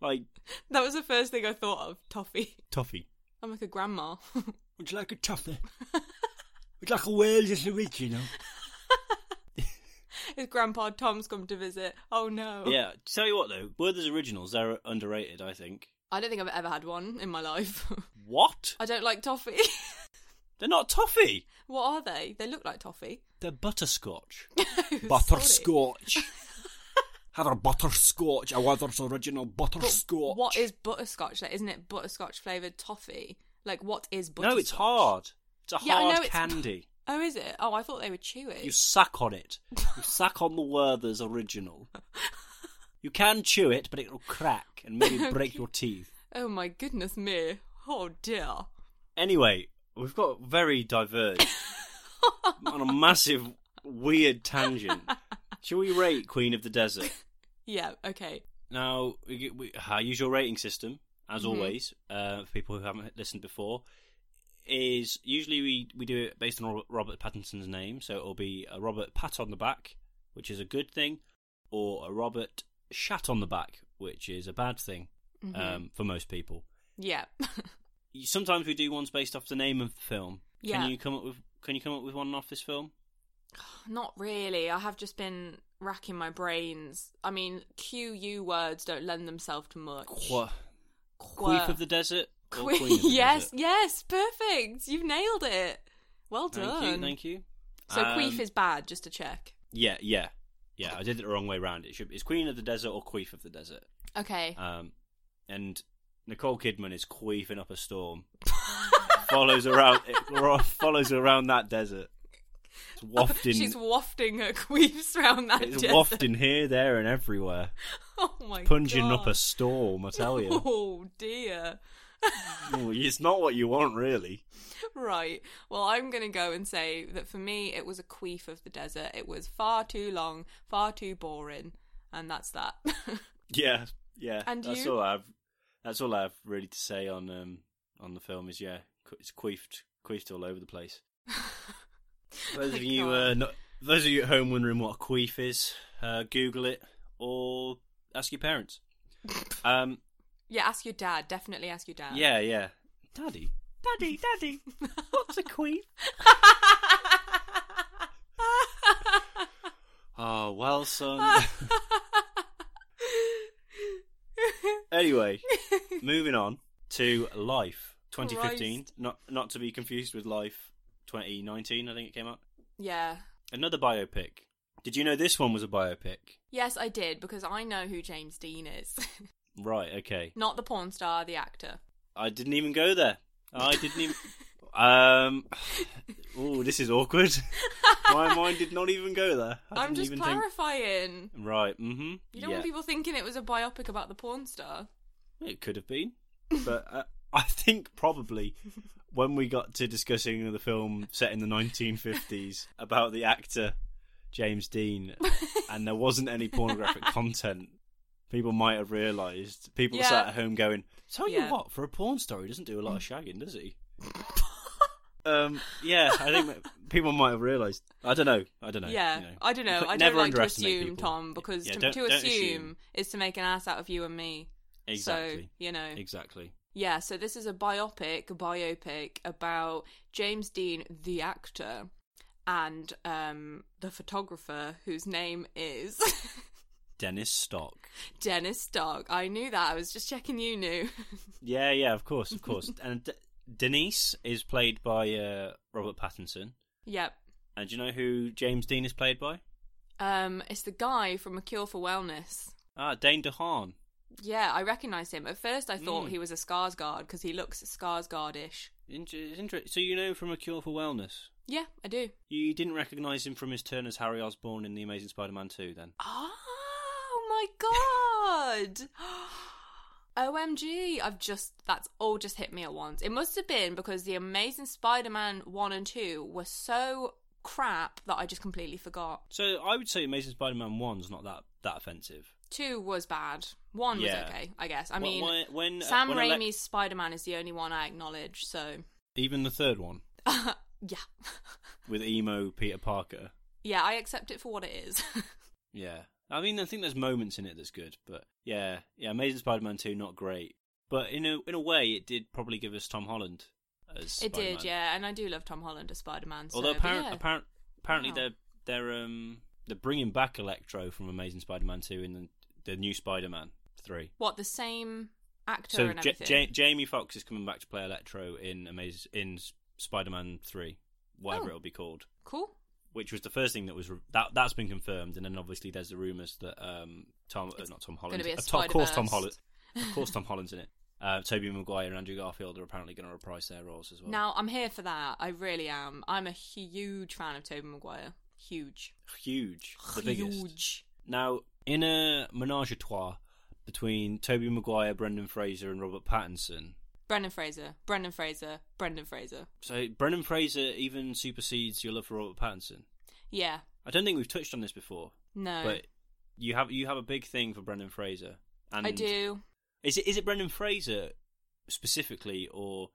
S3: like
S4: [laughs] That was the first thing I thought of. Toffee. [laughs]
S3: toffee.
S4: I'm like a grandma. [laughs]
S3: Would you like a [laughs] toffee? Would you like a Wales original?
S4: His grandpa Tom's come to visit. Oh no.
S3: Yeah, tell you what though, Werther's originals they're underrated. I think.
S4: I don't think I've ever had one in my life. [laughs]
S3: What?
S4: I don't like toffee. [laughs]
S3: They're not toffee.
S4: what are they? They look like toffee. [laughs]
S3: They're [laughs] butterscotch.
S4: Sorry.
S3: [laughs] Have a butterscotch, a Werther's original
S4: But What is butterscotch? Like, isn't it butterscotch flavored toffee? Like, what is butterscotch?
S3: No, it's hard. It's a
S4: Yeah, I
S3: hard
S4: know it's-
S3: candy.
S4: Oh, is it? Oh, I thought they were chewy.
S3: You suck on it. You suck on the Werther's original. You can chew it, but it'll crack and maybe break your teeth.
S4: Oh my goodness me! Oh dear.
S3: Anyway, we've got very diverged on a massive, weird tangent. Shall we rate Queen of the Desert?
S4: Yeah. Okay.
S3: Now, we,
S4: Mm-hmm.
S3: get- we, our usual rating system, as always, uh, for people who haven't listened before, is usually we, we do it based on Robert- Robert Pattinson's name, so it'll be a Robert pat on the back, which is a good thing, or a Robert shat on the back, which is a bad thing
S4: Mhm.
S3: um, for most people.
S4: yeah. [laughs]
S3: You- Sometimes we do ones based off the name of the film.
S4: Yeah.
S3: Can you come up with Can you come up with one off this film?
S4: Not really. I have just been racking my brains. I mean, QU words don't lend themselves to much.
S3: Qua-
S4: Quirk.
S3: Queef
S4: [laughs]
S3: of the desert. or
S4: Que-
S3: Queen of
S4: [laughs]
S3: the
S4: yes,
S3: Desert?
S4: yes, perfect. You've nailed it. Well done.
S3: Thank you. Thank you.
S4: So
S3: Um,
S4: queef is bad, just to check.
S3: Yeah, yeah, yeah. I did it the wrong way round. It should it's Queen of the Desert or Queef of the Desert.
S4: Okay.
S3: Um, and Nicole Kidman is queefing up a storm. follows around. It ro- follows around that desert. It's wafting.
S4: She's wafting her [laughs] queefs round that [laughs]
S3: it's
S4: desert.
S3: wafting here, there, and everywhere.
S4: Oh my
S3: Punging
S4: God.
S3: up a storm. I tell you,
S4: [laughs] Oh dear.
S3: Ooh, it's not what you want, really.
S4: Right. Well, I'm going to go and say that for me, it was a queef of the desert. It was far too long, far too boring, and that's that. [laughs]
S3: Yeah, yeah.
S4: And
S3: that's
S4: you?
S3: all I've. That's all I've really to say on um on the film is yeah, qu- it's queefed queefed all over the [laughs] place. Those
S4: My
S3: of you uh, not, those of you at home wondering what a queef is, uh, Google it or ask your [laughs] parents. Um,
S4: yeah, ask your dad. Definitely ask your dad.
S3: yeah, yeah, daddy, Ah. daddy, daddy. [laughs] What's a queef? Oh well, son. [laughs] [laughs] anyway, moving on to Life 2015,
S4: Christ.
S3: not not to be confused with Life 2019. I think it came out.
S4: [laughs] yeah.
S3: Another biopic. Did you know this one was a biopic?
S4: Yes, I did because I know who James Dean is. [laughs]
S3: Right. Okay.
S4: Not the porn star, the actor.
S3: I didn't even go there. I didn't
S4: [laughs]
S3: even. um. Oh, this is awkward. [laughs] My mind did not even go there. I
S4: I'm
S3: didn't
S4: just
S3: even think-
S4: clarifying.
S3: Right. Mm-hmm.
S4: You don't want people thinking it was a biopic about the porn star.
S3: It could have been, but uh, I think probably when we got to discussing the film set in the 1950s about the actor
S4: [laughs]
S3: James Dean, and there wasn't any pornographic content, people might have realised. People
S4: Yeah.
S3: sat at home going, "Tell
S4: Yeah.
S3: you what, for a porn star, he doesn't do a lot of shagging,
S4: [laughs]
S3: does he?" um, yeah, I think that people might have realised. I don't know. I don't know.
S4: yeah,
S3: you know.
S4: I don't
S3: You
S4: know.
S3: could
S4: I don't
S3: never
S4: like to
S3: underestimate
S4: assume,
S3: people.
S4: Tom, because
S3: Yeah,
S4: to,
S3: don't-
S4: to
S3: don't
S4: assume, is to make an ass out of you and me.
S3: exactly,
S4: So you know,
S3: exactly.
S4: yeah. So this is a biopic, a biopic about James Dean, the actor, and um, the photographer whose name is [laughs]
S3: Dennis Stock.
S4: Dennis Stark. I knew that. I was just checking you knew. [laughs]
S3: Yeah, yeah, of course, of course. and D- Denise is played by uh, Robert Pattinson.
S4: yep.
S3: And do you know who James Dean is played by?
S4: Um, it's the guy from A Cure for Wellness.
S3: Ah, Dane DeHaan.
S4: Yeah, I recognised him. At first, I thought
S3: Mm.
S4: he was a Skarsgård because he looks Skarsgård-ish.
S3: Int- it's inter- so you know him from A Cure for Wellness.
S4: Yeah, I do.
S3: You didn't recognise him from his turn as Harry Osborn in The Amazing Spider-Man 2, then?
S4: Oh my god! [gasps] OMG, I've just, that's all just hit me at once. It must have been because The Amazing Spider Man 1 and 2 were so crap that I just completely forgot.
S3: So I would say Amazing Spider-Man 1's not that, that offensive.
S4: 2 was bad. 1
S3: Yeah.
S4: was okay, I guess. I
S3: Wh-
S4: mean,
S3: why- when, uh,
S4: Sam
S3: when I le-
S4: Raimi's Spider Man is the only one I acknowledge, so. [laughs]
S3: Even the third one,
S4: yeah.
S3: with emo Peter Parker.
S4: yeah, I accept it for what it is. [laughs]
S3: Yeah. I mean, I think there's moments in it that's good, but yeah, yeah, Amazing Spider-Man 2 not great. But in a in a way it did probably give us Tom Holland as
S4: it did,
S3: Spider-Man.
S4: yeah, and I do love Tom Holland as Spider Man. so,
S3: Although
S4: but
S3: apparent,
S4: yeah.
S3: apparent, apparently
S4: Wow.
S3: they're they're um they're bringing back Electro from Amazing Spider-Man 2 in the, the new Spider-Man 3.
S4: What, the same actor
S3: so
S4: and
S3: Ja-
S4: everything?
S3: Ja- Jamie Foxx is coming back to play Electro in Amaz- in S- Spider-Man 3, whatever
S4: Oh.
S3: it'll be called.
S4: Cool.
S3: Which was the first thing that was re- that that's been confirmed, and then obviously there's the rumors that um Tom uh,
S4: It's
S3: not Tom Holland,
S4: be a
S3: uh, Tom- of course Tom
S4: Spider-Verse.
S3: Holland,
S4: [laughs]
S3: of course Tom Holland's in it. Uh, Toby Maguire and Andrew Garfield are apparently going to reprise their roles as well.
S4: Now I'm here for that. I really am. I'm a huge fan of Tobey Maguire. Huge,
S3: huge, the biggest.
S4: huge.
S3: Now, in a menage a trois between Toby Maguire, Brendan Fraser, and Robert Pattinson,
S4: Brendan Fraser, Brendan Fraser, Brendan Fraser.
S3: so Brendan Fraser even supersedes your love for Robert Pattinson.
S4: Yeah,
S3: I don't think we've touched on this before,
S4: no,
S3: but you have you have a big thing for Brendan Fraser. And
S4: I do.
S3: Is it is it Brendan Fraser specifically, or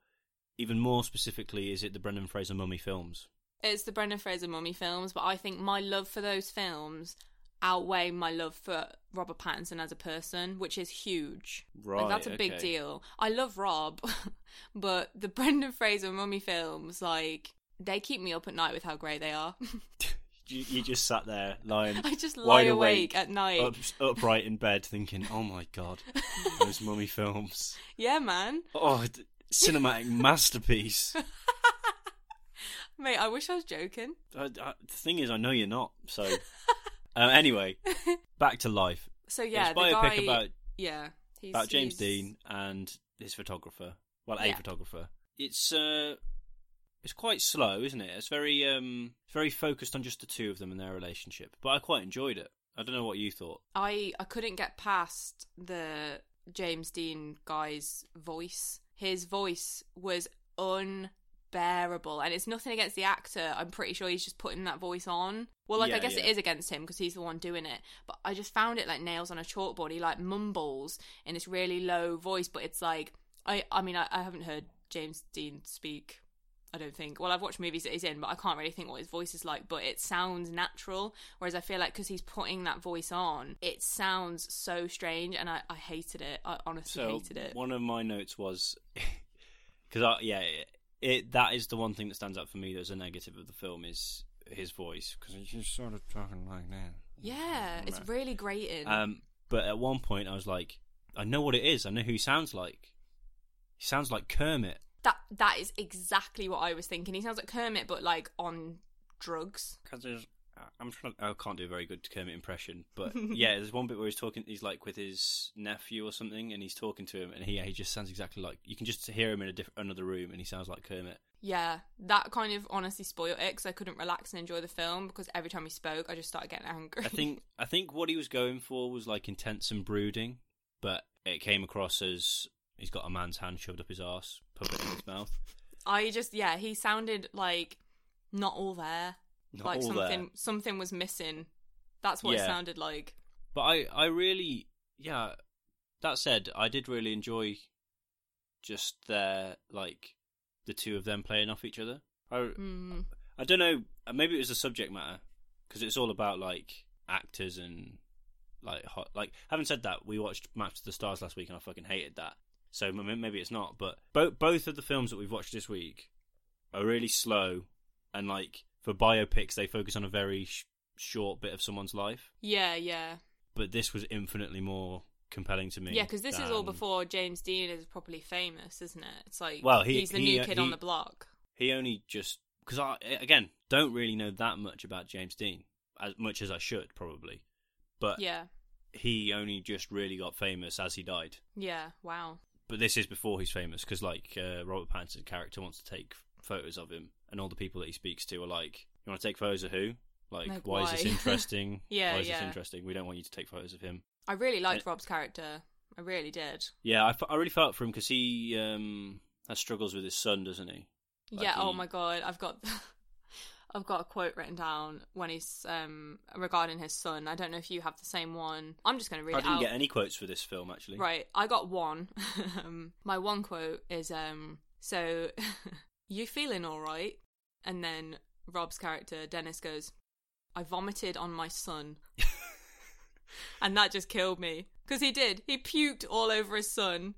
S3: Even more specifically, is it the Brendan Fraser mummy films?
S4: It's the Brendan Fraser mummy films, but I think my love for those films outweigh my love for Robert Pattinson as a person, which is huge. Like,
S3: Right,
S4: that's a big
S3: okay.
S4: deal. I love Rob, [laughs] but the Brendan Fraser mummy films, like, they keep me up at night with how great they are.
S3: You, you just sat there lying.
S4: [laughs] I just
S3: wide
S4: lie awake at night.
S3: Up, upright in bed, thinking, "Oh my
S4: [laughs]
S3: god, those mummy films!
S4: yeah, man.
S3: Oh, d-
S4: [laughs]
S3: cinematic masterpiece."
S4: Mate, I wish I was joking.
S3: I, I, the thing is, I know you're not. So, uh, anyway, back to life.
S4: So, [laughs] yeah,
S3: it's
S4: the guy.
S3: biopic about
S4: yeah. He's,
S3: about James
S4: he's-
S3: Dean and his photographer. Well, a
S4: Yeah.
S3: photographer. It's uh, it's quite slow, isn't it? It's very um, it's very focused on just the two of them and their relationship. But I quite enjoyed it. I don't know what you thought.
S4: I I couldn't get past the James Dean guy's voice. His voice was unbearable, and it's nothing against the actor. I'm pretty sure he's just putting that voice on. Well, like I
S3: Yeah,
S4: guess it
S3: yeah.
S4: is against him because he's the one doing it. But I just found it like nails on a chalkboard. He like mumbles in this really low voice, but it's like I I mean I, I haven't heard James Dean speak. I don't think. Well, I've watched movies that he's in, but I can't really think what his voice is like. But it sounds natural, whereas I feel like because he's putting that voice on, it sounds so strange, and I, I hated it. I honestly
S3: So
S4: hated it.
S3: one of my notes was [laughs] because I yeah it, it that is the one thing that stands out for me that's a negative of the film is his voice because he's just sort of talking like that.
S4: yeah, it's really grating.
S3: Mm-hmm. Um, but at one point I was like, I know what it is. I know who he sounds like. He sounds like Kermit.
S4: that that is exactly what I was thinking. He sounds like Kermit, but like on drugs.
S3: Because I'm trying. To, I can't do a very good Kermit impression,
S4: [laughs]
S3: but yeah, there's one bit where he's talking. He's like with his nephew or something, and he's talking to him, and he he just sounds exactly like. You can just hear him in a different another room, and he sounds like Kermit.
S4: Yeah, that kind of honestly spoiled it because I couldn't relax and enjoy the film because every time he spoke, I just started getting angry. [laughs]
S3: I think I think what he was going for was like intense and brooding, but it came across as he's got a man's hand shoved up his arse, puppet in his mouth.
S4: I just yeah, he sounded like not all there.
S3: Not
S4: like
S3: all
S4: something
S3: there.
S4: something was missing. That's what it
S3: Yeah.
S4: sounded like.
S3: But I, I really, yeah. That said, I did really enjoy just their like the two of them playing off each other. I,
S4: Mm.
S3: I don't know. Maybe it was the subject matter because it's all about like actors and like hot. Like having said that, we watched Match to the Stars last week and I fucking hated that. So m- maybe it's not. But both both of the films that we've watched this week are really slow and like for biopics they focus on a very sh- short bit of someone's life
S4: Yeah, yeah,
S3: but this was infinitely more compelling to me.
S4: yeah. Because this is all
S3: than-
S4: before James Dean is properly famous, isn't it? It's like
S3: Well, he-
S4: he's the
S3: he- uh,
S4: new kid
S3: he-
S4: on the block.
S3: He only just because I eh, again don't really know that much about James Dean as much as I should probably, but
S4: Yeah,
S3: he only just really got famous as he died.
S4: yeah. Wow.
S3: But this is before he's famous because like uh, Robert Pattinson's character wants to take photos of him, and all the people that he speaks to are like, "You want to take photos of who? Like,
S4: Like,
S3: why, is
S4: why?" [laughs]
S3: this interesting?
S4: Yeah,
S3: why is
S4: yeah.
S3: this interesting? We don't want you to take photos of him."
S4: I really liked
S3: Yeah.
S4: Rob's character. I really did.
S3: Yeah, I, fe- I really felt for him because he um, has struggles with his son, doesn't he? Like
S4: yeah. Oh
S3: he-
S4: my god. I've got. [laughs] I've got a quote written down when he's um, regarding his son. I don't know if you have the same one. I'm just going to read
S3: I
S4: it
S3: didn't
S4: out.
S3: get any quotes for this film actually.
S4: Right, I got one. [laughs] um, my one quote is um, so [laughs] you feeling all right? And then Rob's character Dennis goes, I vomited on my
S3: [laughs]
S4: son, and that just killed me because he did. He puked all over his son,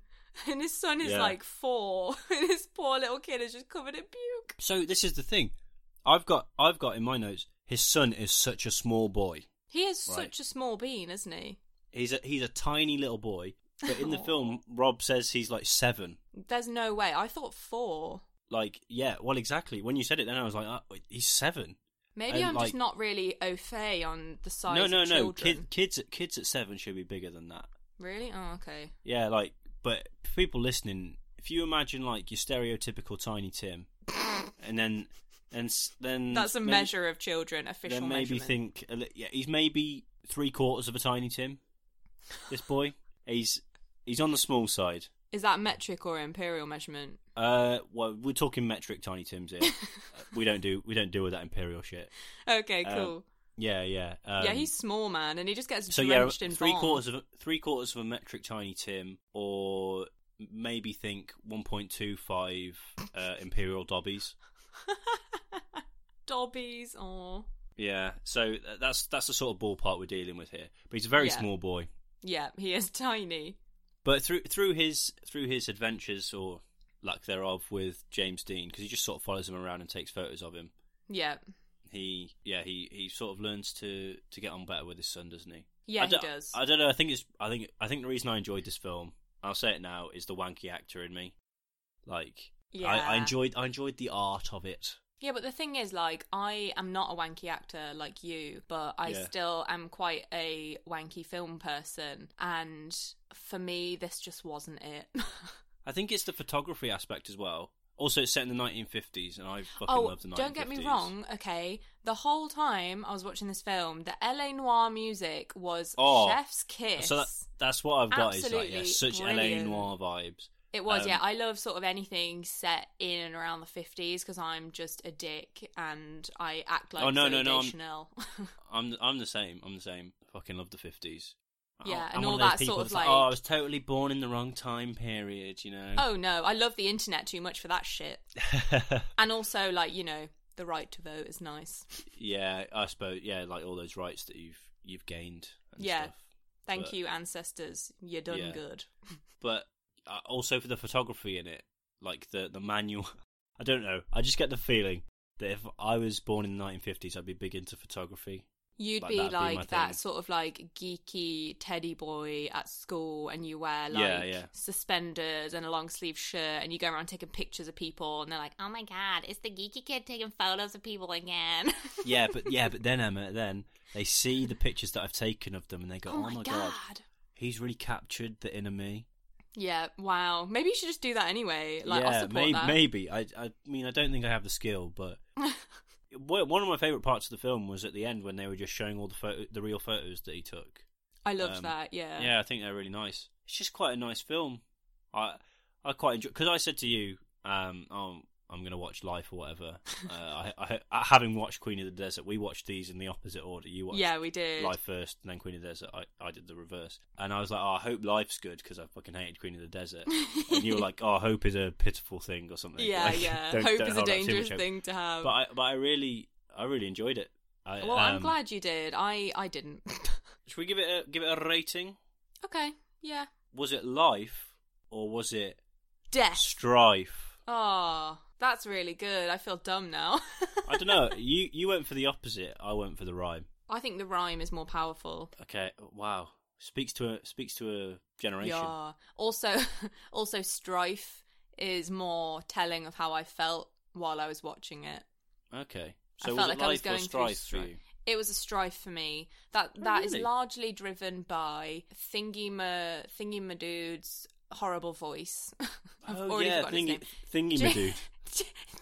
S4: and his son is
S3: Yeah.
S4: like four, [laughs] and his poor little kid is just covered in puke.
S3: So this is the thing. I've got I've got in my notes his son is such a small boy.
S4: He is
S3: Right.
S4: such a small bean, isn't he?
S3: He's a he's a tiny little boy. But in the
S4: [laughs] Aw.
S3: film Rob says he's like 7.
S4: There's no way. I thought four.
S3: Like yeah, well exactly. When you said it then I was like uh, he's 7.
S4: Maybe
S3: And,
S4: I'm
S3: like-
S4: just not really au fait on the size
S3: no, no,
S4: of
S3: no.
S4: children.
S3: Kid, kids at kids at 7 should be bigger than that.
S4: Really? Oh, okay.
S3: Yeah, like but people listening, if you imagine like your stereotypical
S4: [laughs]
S3: tiny Tim and then and s- then
S4: That's a
S3: maybe-
S4: measure of children, official
S3: then maybe
S4: measurement.
S3: think a li- yeah, he's maybe three quarters of a tiny Tim.
S4: [laughs]
S3: This boy, he's he's on the small side.
S4: Is that metric or imperial measurement?
S3: Uh, well, we're talking metric tiny
S4: [laughs]
S3: Tims here. Uh, we don't do we don't deal with that imperial shit.
S4: Okay,
S3: Um,
S4: cool.
S3: Yeah, yeah, um,
S4: yeah, he's small, man, and he just gets
S3: so yeah,
S4: drenched in
S3: three
S4: bomb.
S3: quarters of a, three quarters of a metric tiny Tim, or maybe think 1.25
S4: [laughs]
S3: uh, Imperial Dobbies.
S4: Dobbies or
S3: Yeah, so th- that's that's the sort of ballpark we're dealing with here. But he's a very
S4: Yeah.
S3: small boy.
S4: yeah, he is [laughs] tiny.
S3: But through through his through his adventures or lack thereof with James Dean, because he just sort of follows him around and takes photos of him.
S4: Yeah,
S3: He yeah he, he sort of learns to to get on better with his son, doesn't he?
S4: yeah,
S3: I
S4: he
S3: don't-
S4: does.
S3: I don't know. I think it's. I think. I think the reason I enjoyed this film, I'll say it now, is the wanky actor in me. Like,
S4: yeah,
S3: I, I enjoyed. I enjoyed the art of it.
S4: Yeah, but the thing is, like, I am not a wanky actor like you, but I
S3: Yeah.
S4: still am quite a wanky film person. And for me, this just wasn't it. [laughs]
S3: I think it's the photography aspect as well. Also, it's set in the 1950s, and I fucking
S4: oh,
S3: love the 1950s.
S4: don't get me wrong, okay? The whole time I was watching this film, the LA Noir music was
S3: Oh,
S4: Chef's Kiss.
S3: So that, that's what I've got is like yeah,
S4: Absolutely
S3: such
S4: brilliant.
S3: LA noir vibes.
S4: It was,
S3: Um,
S4: yeah. I love sort of anything set in and around the fifties because I'm just a dick and I act like
S3: Oh, no,
S4: Zoe
S3: no, no, I'm-
S4: Deschanel.
S3: I'm I'm the same. I'm the same. Fucking love the 50s. I-
S4: Yeah, and
S3: I'm one
S4: all
S3: of
S4: that sort
S3: those people
S4: of
S3: that's like,
S4: like-
S3: oh, I was totally born in the wrong time period. You know.
S4: [laughs] oh no, I love the internet too much for that
S3: [laughs]
S4: shit. And also, like you know, the right to vote is nice.
S3: yeah, I suppose. Yeah, like all those rights that you've you've gained. And
S4: Yeah.
S3: Stuff.
S4: Thank
S3: But-
S4: you, ancestors. You done
S3: Yeah.
S4: good.
S3: but uh, also for the photography in it, like the the manual. [laughs] I don't know. I just get the feeling that if I was born in the 1950s, I'd be big into
S4: [laughs]
S3: photography.
S4: You'd
S3: Like,
S4: be
S3: that'd be my
S4: like that
S3: thing.
S4: sort of like geeky teddy boy at school, and you wear like
S3: Yeah, yeah.
S4: suspenders and a long sleeve shirt, and you go around taking pictures of people, and they're like, "Oh my god, it's the geeky kid taking photos of people again." [laughs]
S3: Yeah, but yeah, but then Emma, then they see the pictures that I've taken of them, and they go, "Oh, my, god. he's really captured the inner me."
S4: Yeah, wow. Maybe you should just do that anyway. Like, I'll
S3: yeah,
S4: support
S3: maybe,
S4: that.
S3: maybe. I, I mean, I don't think I have the skill,
S4: [laughs]
S3: but one one of my favorite parts of the film was at the end when they were just showing all the photo, the real photos that he took.
S4: I loved
S3: Um,
S4: that. Yeah.
S3: Yeah, I think they're really nice. It's just quite a nice film. I I quite enjoy because I said to you, um, oh, I'm gonna watch Life
S4: [laughs]
S3: or whatever. Uh, I, I, I- having watched Queen of the Desert, we watched these in the opposite order. You watched
S4: Yeah, we did. [laughs]
S3: Life first, and then Queen of the Desert. I, I did the reverse, and I was like, oh, I hope Life's good because I fucking hated Queen of the Desert. and you were like, oh, hope is a pitiful thing or something.
S4: yeah,
S3: Like, [laughs]
S4: yeah.
S3: don't-
S4: Hope
S3: don't
S4: is a
S3: hold that too
S4: dangerous
S3: much hope.
S4: thing to have.
S3: But I but I really I really enjoyed it. I,
S4: well, I'm
S3: um,
S4: glad you did. I I didn't. [laughs]
S3: Should we give it a, give it a rating?
S4: okay. Yeah.
S3: Was it Life or was it
S4: Death.
S3: strife.
S4: Oh, that's really good. I feel dumb now. [laughs]
S3: I don't know. [laughs] You you went for the opposite. I went for the rhyme.
S4: I think the rhyme is more powerful.
S3: Okay. Wow. Speaks to a speaks to a generation.
S4: Yeah. Also, [laughs] also strife is more telling of how I felt while I was watching it.
S3: Okay.
S4: I
S3: So
S4: felt
S3: was it
S4: like I was
S3: life or
S4: going through
S3: strife for
S4: strife.
S3: you?
S4: It was a strife for me. That
S3: Oh,
S4: that is
S3: really?
S4: largely driven by Thingy Ma Thingy Ma Dude's horrible voice. [laughs] I've
S3: oh
S4: already
S3: yeah,
S4: forgotten his name.
S3: thingy thingy
S4: Ja-
S3: dude.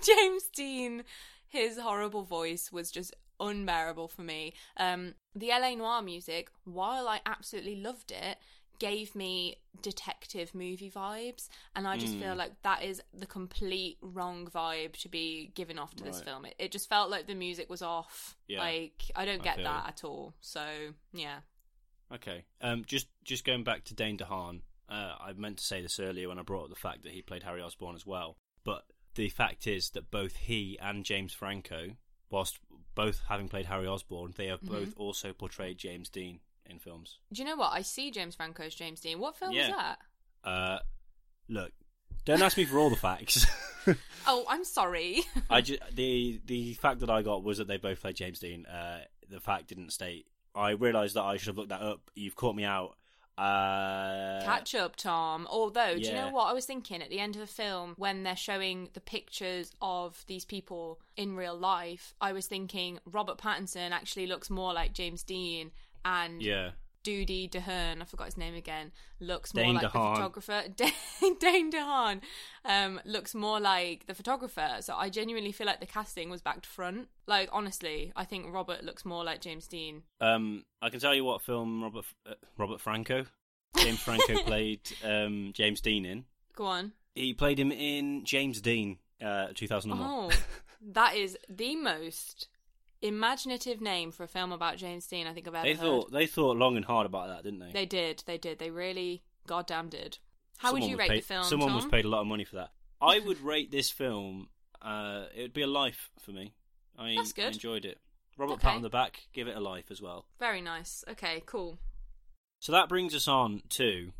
S4: James Dean, his horrible voice was just unbearable for me. Um, the LA Noir music, while I absolutely loved it, gave me detective movie vibes, and I just
S3: Mm.
S4: feel like that is the complete wrong vibe to be given off to this
S3: Right.
S4: film. It, it just felt like the music was off.
S3: Yeah.
S4: Like I don't
S3: I
S4: get
S3: feel
S4: that
S3: you.
S4: at all. So yeah,
S3: Okay. Um. Just just going back to Dane DeHaan. Uh, I meant to say this earlier when I brought up the fact that he played Harry Osborne as well. But the fact is that both he and James Franco, whilst both having played Harry Osborne, they have both also portrayed James Dean in films.
S4: do you know what? I see James Franco's James Dean. What film
S3: Yeah.
S4: was that?
S3: Uh, look, don't ask me for all the facts.
S4: Oh, I'm sorry. [laughs]
S3: I ju- the the fact that I got was that they both played James Dean. Uh, the fact didn't state. I realised that I should have looked that up. You've caught me out. Uh,
S4: Catch up, Tom. Although, do you
S3: yeah.
S4: know what I was thinking at the end of the film when they're showing the pictures of these people in real life? I was thinking Robert Pattinson actually looks more like James Dean, and
S3: Yeah,
S4: Doody Dehern, I forgot his name again, looks
S3: Dane
S4: more like
S3: DeHaan.
S4: the photographer. [laughs] Dane, Dane DeHaan um, looks more like the photographer. So I genuinely feel like the casting was back to front. Like honestly, I think Robert looks more like James Dean.
S3: um, I can tell you what film Robert uh, Robert Franco,
S4: [laughs]
S3: James Franco played um, James Dean in.
S4: Go on.
S3: He played him in James Dean, uh, two thousand and one.
S4: Oh, that is the most imaginative name for a film about James Dean I think I've ever
S3: they
S4: heard.
S3: thought they thought long and hard about that, didn't they?
S4: They did, they did, they really goddamn did. How would
S3: Someone
S4: you
S3: was
S4: rate
S3: paid-
S4: the film?
S3: Someone
S4: Tom?
S3: was paid a lot of money for that.
S4: [laughs]
S3: I would rate this film. Uh, it would be a life for me. I,
S4: That's good.
S3: I enjoyed it. Robert
S4: Okay.
S3: pat on the back. Give it a life as well.
S4: Very nice. Okay, cool.
S3: So that brings us on to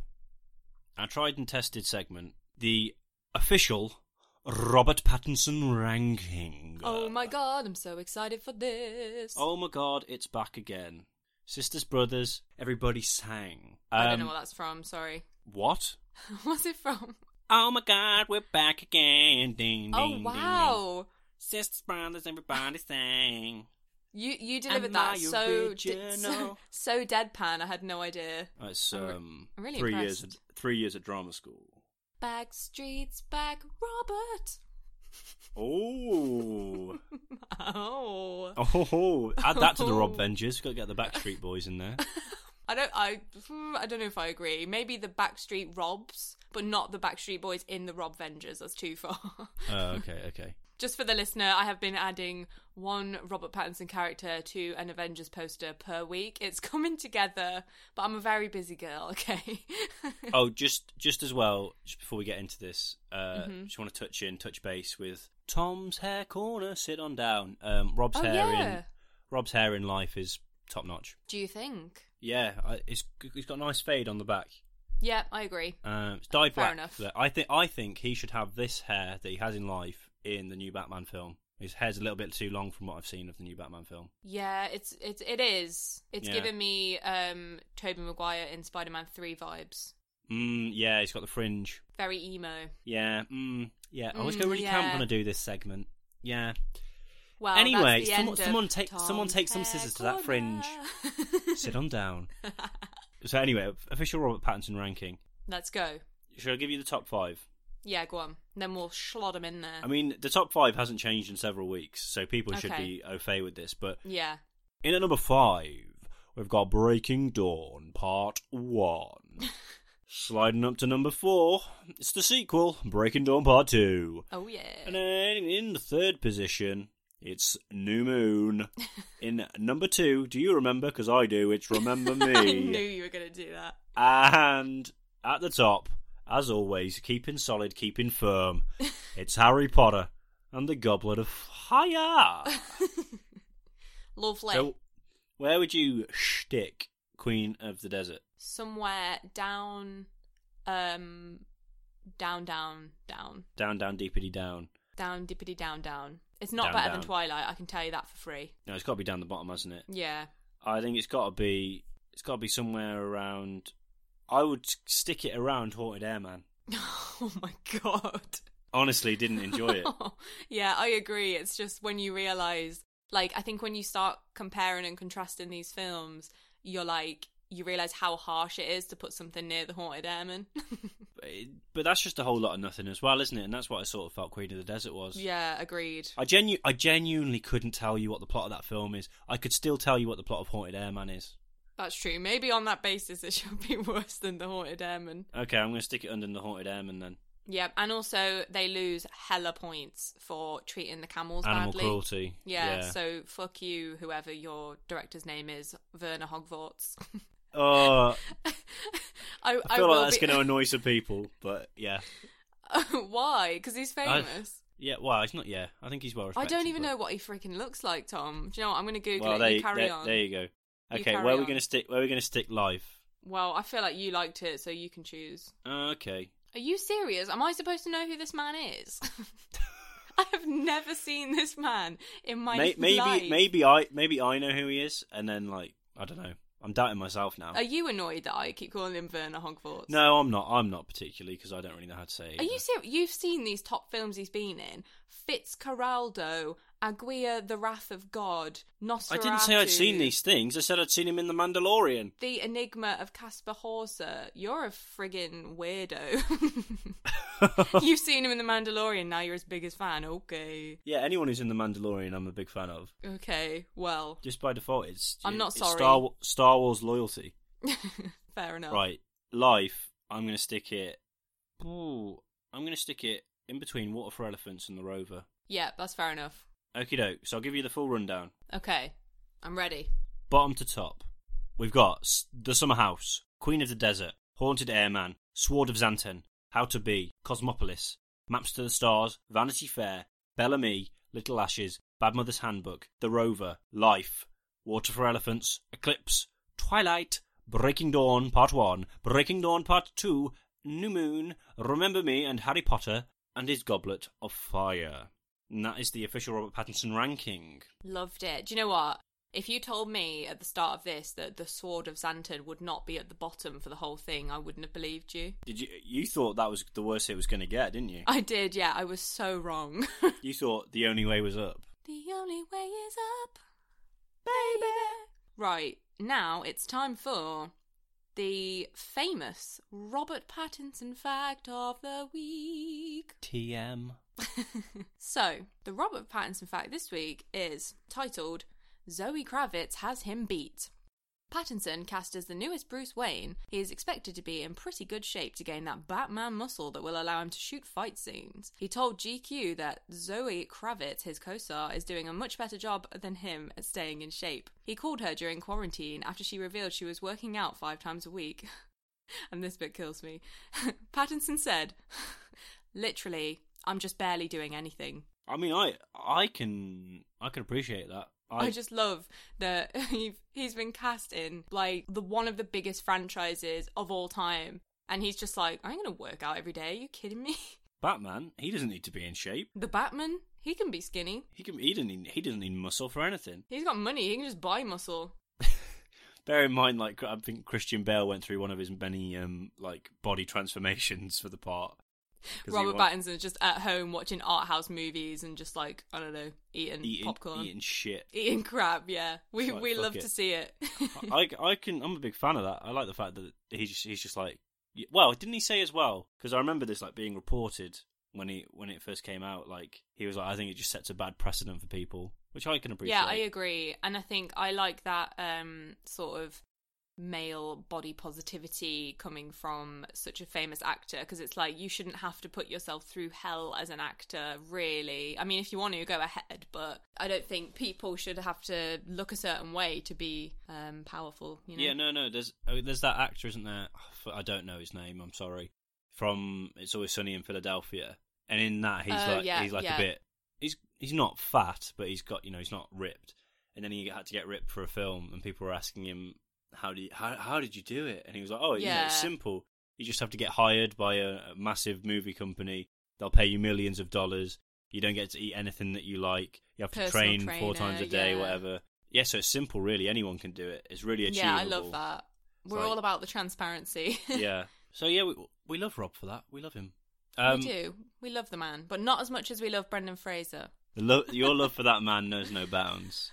S3: our tried and tested segment, the official Robert Pattinson ranking.
S4: Oh my god, I'm so excited for this.
S3: Oh my god, it's back again. Sisters, brothers, everybody sang.
S4: I don't know
S3: Um,
S4: what that's from. Sorry. [laughs]
S3: What?
S4: What's it from?
S3: Oh my god, we're back again. Ding, ding,
S4: Oh
S3: ding, ding.
S4: wow,
S3: Sisters, brothers, everybody sang.
S4: you you delivered
S3: Am
S4: that
S3: I
S4: so, de- [laughs] so
S3: original?
S4: so deadpan. I had no idea.
S3: It's
S4: I'm re-
S3: um
S4: I'm really
S3: three
S4: impressed.
S3: years three years at drama school.
S4: Back streets, back Robert. [laughs]
S3: Oh,
S4: Oh,
S3: oh, ho, ho. add that to the
S4: Oh. [laughs]
S3: Rob Vengers. We've got to get the Backstreet Boys in there.
S4: I don't I hmm, I don't know if I agree. Maybe the Backstreet Robs, but not the Backstreet Boys in the Rob Vengers. That's too far. [laughs]
S3: Oh, okay, okay.
S4: Just for the listener, I have been adding one Robert Pattinson character to an Avengers poster per week. It's [laughs] coming together, but I'm a very busy girl, [laughs] okay?
S3: Oh, just just as well, just before we get into this, uh,
S4: Mm-hmm.
S3: just want to touch in, touch base with Tom's hair corner. Sit on down. Um, Rob's
S4: Oh,
S3: hair
S4: yeah.
S3: in Rob's hair in life is top notch.
S4: Do you think?
S3: Yeah, I, it's he's got a nice fade on the back.
S4: Yeah, I agree.
S3: Um, it's dyed
S4: Fair
S3: black.
S4: enough.
S3: But I think I think he should have this hair that he has in life in the new Batman film. His hair's a little bit too long from what I've seen of the new Batman film.
S4: Yeah, it's it's it is. It's
S3: Yeah.
S4: giving me um Toby Maguire in Spider-Man 3 vibes.
S3: Mm, yeah, he's got the fringe.
S4: Very emo.
S3: Yeah, mm, yeah. I was
S4: Mm,
S3: going really
S4: yeah.
S3: camp when I do this segment.
S4: [laughs]
S3: Yeah.
S4: Well,
S3: Anyway,
S4: that's the
S3: someone-
S4: end of
S3: someone take-
S4: Tom's
S3: someone take some
S4: hair
S3: scissors to that
S4: corner.
S3: Sit on down. so anyway, official Robert Pattinson ranking.
S4: [laughs] Let's go.
S3: Should I give you the top five?
S4: Yeah, go on. Then we'll slot them in there.
S3: I mean, the top five hasn't changed in several weeks, so people should
S4: Okay.
S3: be au fait with this. But
S4: yeah.
S3: In at number five, we've got Breaking Dawn Part 1.
S4: [laughs]
S3: Sliding up to number four, it's the sequel, Breaking Dawn Part 2.
S4: Oh yeah.
S3: And then in the third position, it's New
S4: [laughs]
S3: Moon. in number two, do you remember? Because I do,
S4: [laughs]
S3: it's
S4: [laughs]
S3: Remember
S4: I knew
S3: Me.
S4: you were going to do that. [laughs]
S3: and at the top, as always, keeping solid,
S4: [laughs]
S3: keeping firm, it's Harry Potter and the Goblet
S4: [laughs]
S3: of Fire.
S4: Lovely.
S3: So, where would you shtick Queen of the Desert?
S4: Somewhere down, um, down, down, down,
S3: Down, down, deepity down.
S4: down, dippity down, down. It's not
S3: Down,
S4: better than
S3: down.
S4: Twilight. I can tell you that for free.
S3: No, it's got to be down the bottom, hasn't it?
S4: Yeah. [laughs]
S3: I think it's got to be. It's got to be somewhere around. I would stick it around Haunted Air Man.
S4: Oh my god.
S3: Honestly, didn't enjoy it.
S4: [laughs] yeah, I agree. It's just when you realize, like, I think when you start comparing and contrasting these films, you're like, you realize how harsh it is to put something near the haunted airman. [laughs]
S3: But it- but that's just a whole lot of nothing as well, isn't it? And that's what I sort of felt Queen of the Desert was.
S4: yeah, agreed.
S3: I genu- I genuinely couldn't tell you what the plot of that film is. I could still tell you what the plot of Haunted Air Man is.
S4: That's true. Maybe on that basis, it should be [laughs] worse than the haunted airman.
S3: Okay, I'm going to stick it under the Haunted Airman then.
S4: Yep, and also they lose hella points for treating the camels
S3: Animal
S4: badly.
S3: cruelty.
S4: Yeah, so fuck you, whoever your director's name is, Werner Hogwarts. [laughs]
S3: Oh,
S4: I,
S3: I feel
S4: will
S3: like that's
S4: be... [laughs]
S3: going to annoy some people, but yeah,
S4: Why? Because he's
S3: I-
S4: famous.
S3: yeah. Well, it's not. Yeah, I think he's well
S4: I,
S3: respected.
S4: don't even
S3: but-
S4: know what he freaking looks like, Tom. Do you know what? I'm going to Google
S3: well,
S4: it.
S3: there,
S4: you carry
S3: there,
S4: on.
S3: there you go.
S4: You
S3: Okay,
S4: carry
S3: where are we
S4: on.
S3: going to stick? Where are we going to stick live?
S4: Well, I feel like you liked it, so you can choose.
S3: Okay,
S4: Are you serious? Am I supposed to know who this man
S3: [laughs]
S4: is? [laughs] I have never seen this man in my
S3: May- maybe,
S4: life.
S3: maybe I, maybe I know who he is, and then like I don't know. I'm doubting myself now.
S4: Are you annoyed that I keep calling him Werner Hogwarts?
S3: No, I'm not. I'm not particularly because I don't really know how to say. it
S4: Are
S3: either.
S4: you serious? You've seen these top films he's been in: Fitzcarraldo, Aguirre, The Wrath of God,
S3: I
S4: Nosferatu.
S3: didn't say I'd seen these things. I said I'd seen him in The Mandalorian.
S4: The Enigma of Caspar Hauser. You're a friggin' weirdo. You've seen him in The Mandalorian. Now you're his biggest fan. Okay.
S3: Yeah, anyone who's in The Mandalorian, I'm a big fan of.
S4: Okay. Well, [laughs]
S3: Just by default, it's.
S4: I'm not
S3: it's
S4: sorry.
S3: Star, Wa- Star Wars loyalty.
S4: fair enough.
S3: Right, life. I'm gonna stick it. Ooh, I'm gonna stick it in between Water for Elephants and the Rover.
S4: Yeah, that's fair enough.
S3: Okie doke. So I'll give you the full rundown.
S4: Okay. I'm ready.
S3: Bottom to top, we've got S- the Summer House, Queen of the Desert, Haunted Airman, Sword of Xanten, How to Be, Cosmopolis, Maps to the Stars, Vanity Fair, Bellamy, Little Ashes, Bad Mother's Handbook, The Rover, Life, Water for Elephants, Eclipse, Twilight, Breaking Dawn Part 1, Breaking Dawn Part 2, New Moon, Remember Me and Harry Potter, and His Goblet of Fire. And that is the official Robert Pattinson ranking.
S4: Loved it. Do you know what? If you told me at the start of this that the Sword of Xanton would not be at the bottom for the whole thing, I wouldn't have believed you.
S3: Did you you thought that was the worst it was going to get, didn't you?
S4: I did, yeah, I was so wrong. [laughs]
S3: You thought the only way was up.
S4: The only way is up, baby. Right, now it's time for the famous Robert Pattinson fact of the week.
S3: TM.
S4: [laughs] So, the Robert Pattinson fact this week is titled Zoe Kravitz Has Him Beat. Pattinson, cast as the newest Bruce Wayne, he is expected to be in pretty good shape to gain that Batman muscle that will allow him to shoot fight scenes. He told GQ that Zoe Kravitz, his co star, is doing a much better job than him at staying in shape. He called her during quarantine after she revealed she was working out five times a week. and this bit kills me. [laughs] Pattinson said, literally, I'm just barely doing anything.
S3: I mean, I I can I can appreciate that.
S4: I, just love that [laughs] he he's been cast in like the one of the biggest franchises of all time, and he's just like, I'm gonna work out every day. Are you kidding me? [laughs]
S3: Batman. He doesn't need to be in shape.
S4: The Batman, he can be skinny.
S3: He can. He doesn't. Need, he doesn't need muscle for anything.
S4: He's got money. He can just buy muscle.
S3: Bear in mind, like I think Christian Bale went through one of his many um like body transformations for the part. 'Cause he
S4: Robert
S3: wa-
S4: Pattinson's just at home watching art house movies and just like I don't know, eating,
S3: eating,
S4: popcorn,
S3: eating shit.
S4: eating crab. Yeah, we
S3: It's like,
S4: we
S3: fuck
S4: love
S3: it.
S4: to see it.
S3: [laughs] I, I can. I'm a big fan of that. I like the fact that he's just, he's just like. Well, didn't he say as well? Because I remember this like being reported when he when it first came out. Like he was like, I think it just sets a bad precedent for people, which I can appreciate.
S4: Yeah, I agree. And I think I like that um sort of male body positivity coming from such a famous actor because it's like you shouldn't have to put yourself through hell as an actor really i mean if you want to go ahead but i don't think people should have to look a certain way to be um powerful you know
S3: Yeah, no, no. There's oh, there's that actor, isn't there? I don't know his name. I'm sorry. From It's Always Sunny in Philadelphia, and in that he's
S4: Oh,
S3: like
S4: yeah,
S3: he's like
S4: yeah.
S3: a bit. He's he's not fat, but he's got you know he's not ripped. And then he had to get ripped for a film, and people were asking him how do you, how how did you do it? And he was like, oh, you know,
S4: Yeah.
S3: it's simple. You just have to get hired by a, a massive movie company. They'll pay you millions of dollars. You don't get to eat anything that you like. You have to
S4: Personal
S3: train four
S4: trainer,
S3: times a day,
S4: yeah.
S3: whatever. Yeah, so it's simple, really. Anyone can do it. It's really achievable
S4: yeah i love that we're
S3: like-
S4: all about the transparency [laughs]
S3: yeah. So yeah, we we love Rob for that. We love him. Um,
S4: we do we love the man but not as much as we love brendan fraser [laughs]
S3: The lo- your love for that man knows no bounds.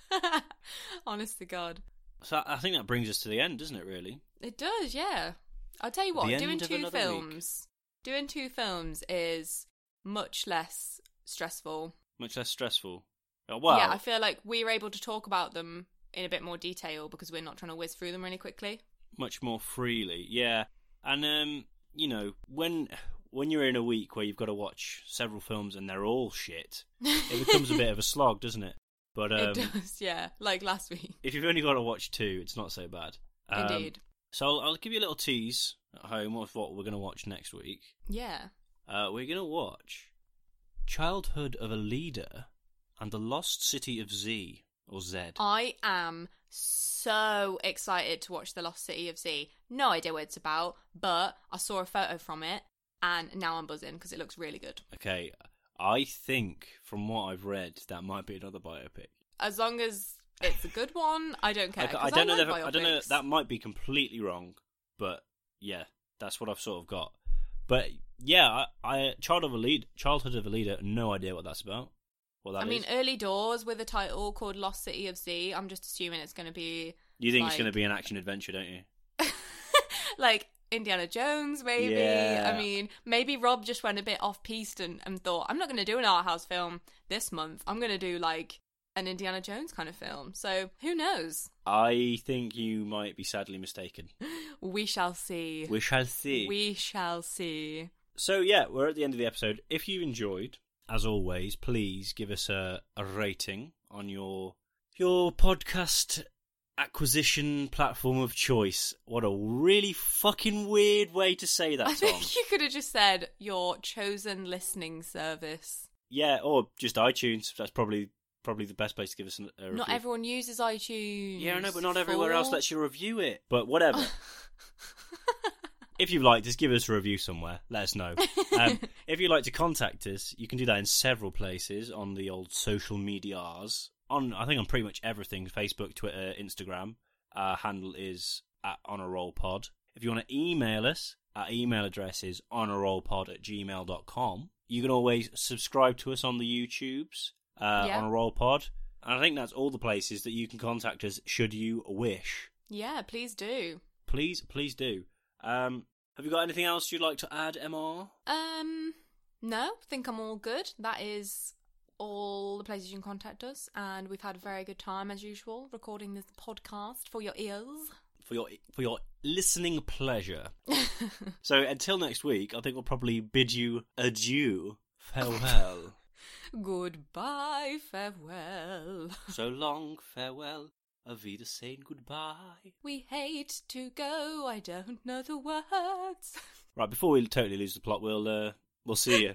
S4: honest to god
S3: So I think that brings us to the end, doesn't it? Really?
S4: It does, yeah. I'll tell you what,
S3: The
S4: doing
S3: end of
S4: two
S3: another week.
S4: films doing two films is much less stressful.
S3: Much less stressful. Uh, Well,
S4: Yeah, I feel like we were able to talk about them in a bit more detail because we're not trying to whiz through them really quickly.
S3: much more freely. Yeah, and um, you know, when when you're in a week where you've got to watch several films and they're
S4: [laughs]
S3: all shit, it becomes a bit of a slog, doesn't it? But um,
S4: it does, yeah. Like last week.
S3: if you've only got to watch two, it's not so bad. Um,
S4: Indeed.
S3: So I'll, I'll give you a little tease at home of what we're going to watch next week.
S4: Yeah.
S3: Uh, we're going to watch Childhood of a Leader and the Lost City of Z, or Z.
S4: I am so excited to watch The Lost City of Z. No idea what it's about, but I saw a photo from it and now I'm buzzing because it looks really good.
S3: Okay, I think from what I've read, that might be another biopic.
S4: As long as it's a good one, I don't care.
S3: I, ca-
S4: 'cause
S3: don't know.
S4: like
S3: that- I don't know.
S4: biopics.
S3: That might be completely wrong, but yeah, that's what I've sort of got. But yeah, I, I Child of a Lead, Childhood of a Leader. No idea what that's about. What that
S4: I mean,
S3: is.
S4: early doors with a title called Lost City of Z. I'm just assuming it's going to be
S3: you think it's
S4: like-
S3: going to be an action adventure, don't you?
S4: like Indiana Jones, maybe.
S3: Yeah.
S4: I mean, maybe Rob just went a bit off piste and, and thought, I'm not going to do an art house film this month. I'm going to do like an Indiana Jones kind of film. So who knows?
S3: I think you might be
S4: [laughs]
S3: sadly mistaken.
S4: We shall see.
S3: We shall see.
S4: We shall see.
S3: So yeah, we're at the end of the episode. If you enjoyed, as always, please give us a, a rating on your your podcast acquisition platform of choice. What a really fucking weird way to say
S4: [laughs]
S3: that,
S4: I
S3: Tom.
S4: think you could have just said your chosen listening service.
S3: Yeah, or just iTunes. That's probably probably the best place to give us an, a review.
S4: Not everyone uses iTunes.
S3: Yeah, I know, but not everywhere else
S4: fool.
S3: lets you review it. But
S4: [laughs]
S3: whatever. if you like, just give us a review somewhere. Let us know. Um, if you'd like to contact us, you can do that in several places on the old social medias. On I think on pretty much everything: Facebook, Twitter, Instagram. Our handle is at on a roll pod. If you want to email us, our email address is on a roll pod at gmail.com. You can always subscribe to us on the YouTubes uh,
S4: Yeah.
S3: on a roll pod. And I think that's all the places that you can contact us should you wish.
S4: Yeah, please do.
S3: Please, please do. Um, have you got anything else you'd like to add, MR?
S4: Um, no, think I'm all good. That is all the places you can contact us, and we've had a very good time as usual recording this podcast for your ears.
S3: For your for your listening pleasure. so until next week, I think we'll probably bid you adieu, farewell,
S4: Goodbye, farewell.
S3: so long, farewell, Avida saying goodbye.
S4: We hate to go. I don't know the words. [laughs]
S3: Right before we totally lose the plot, we'll uh, we'll see you.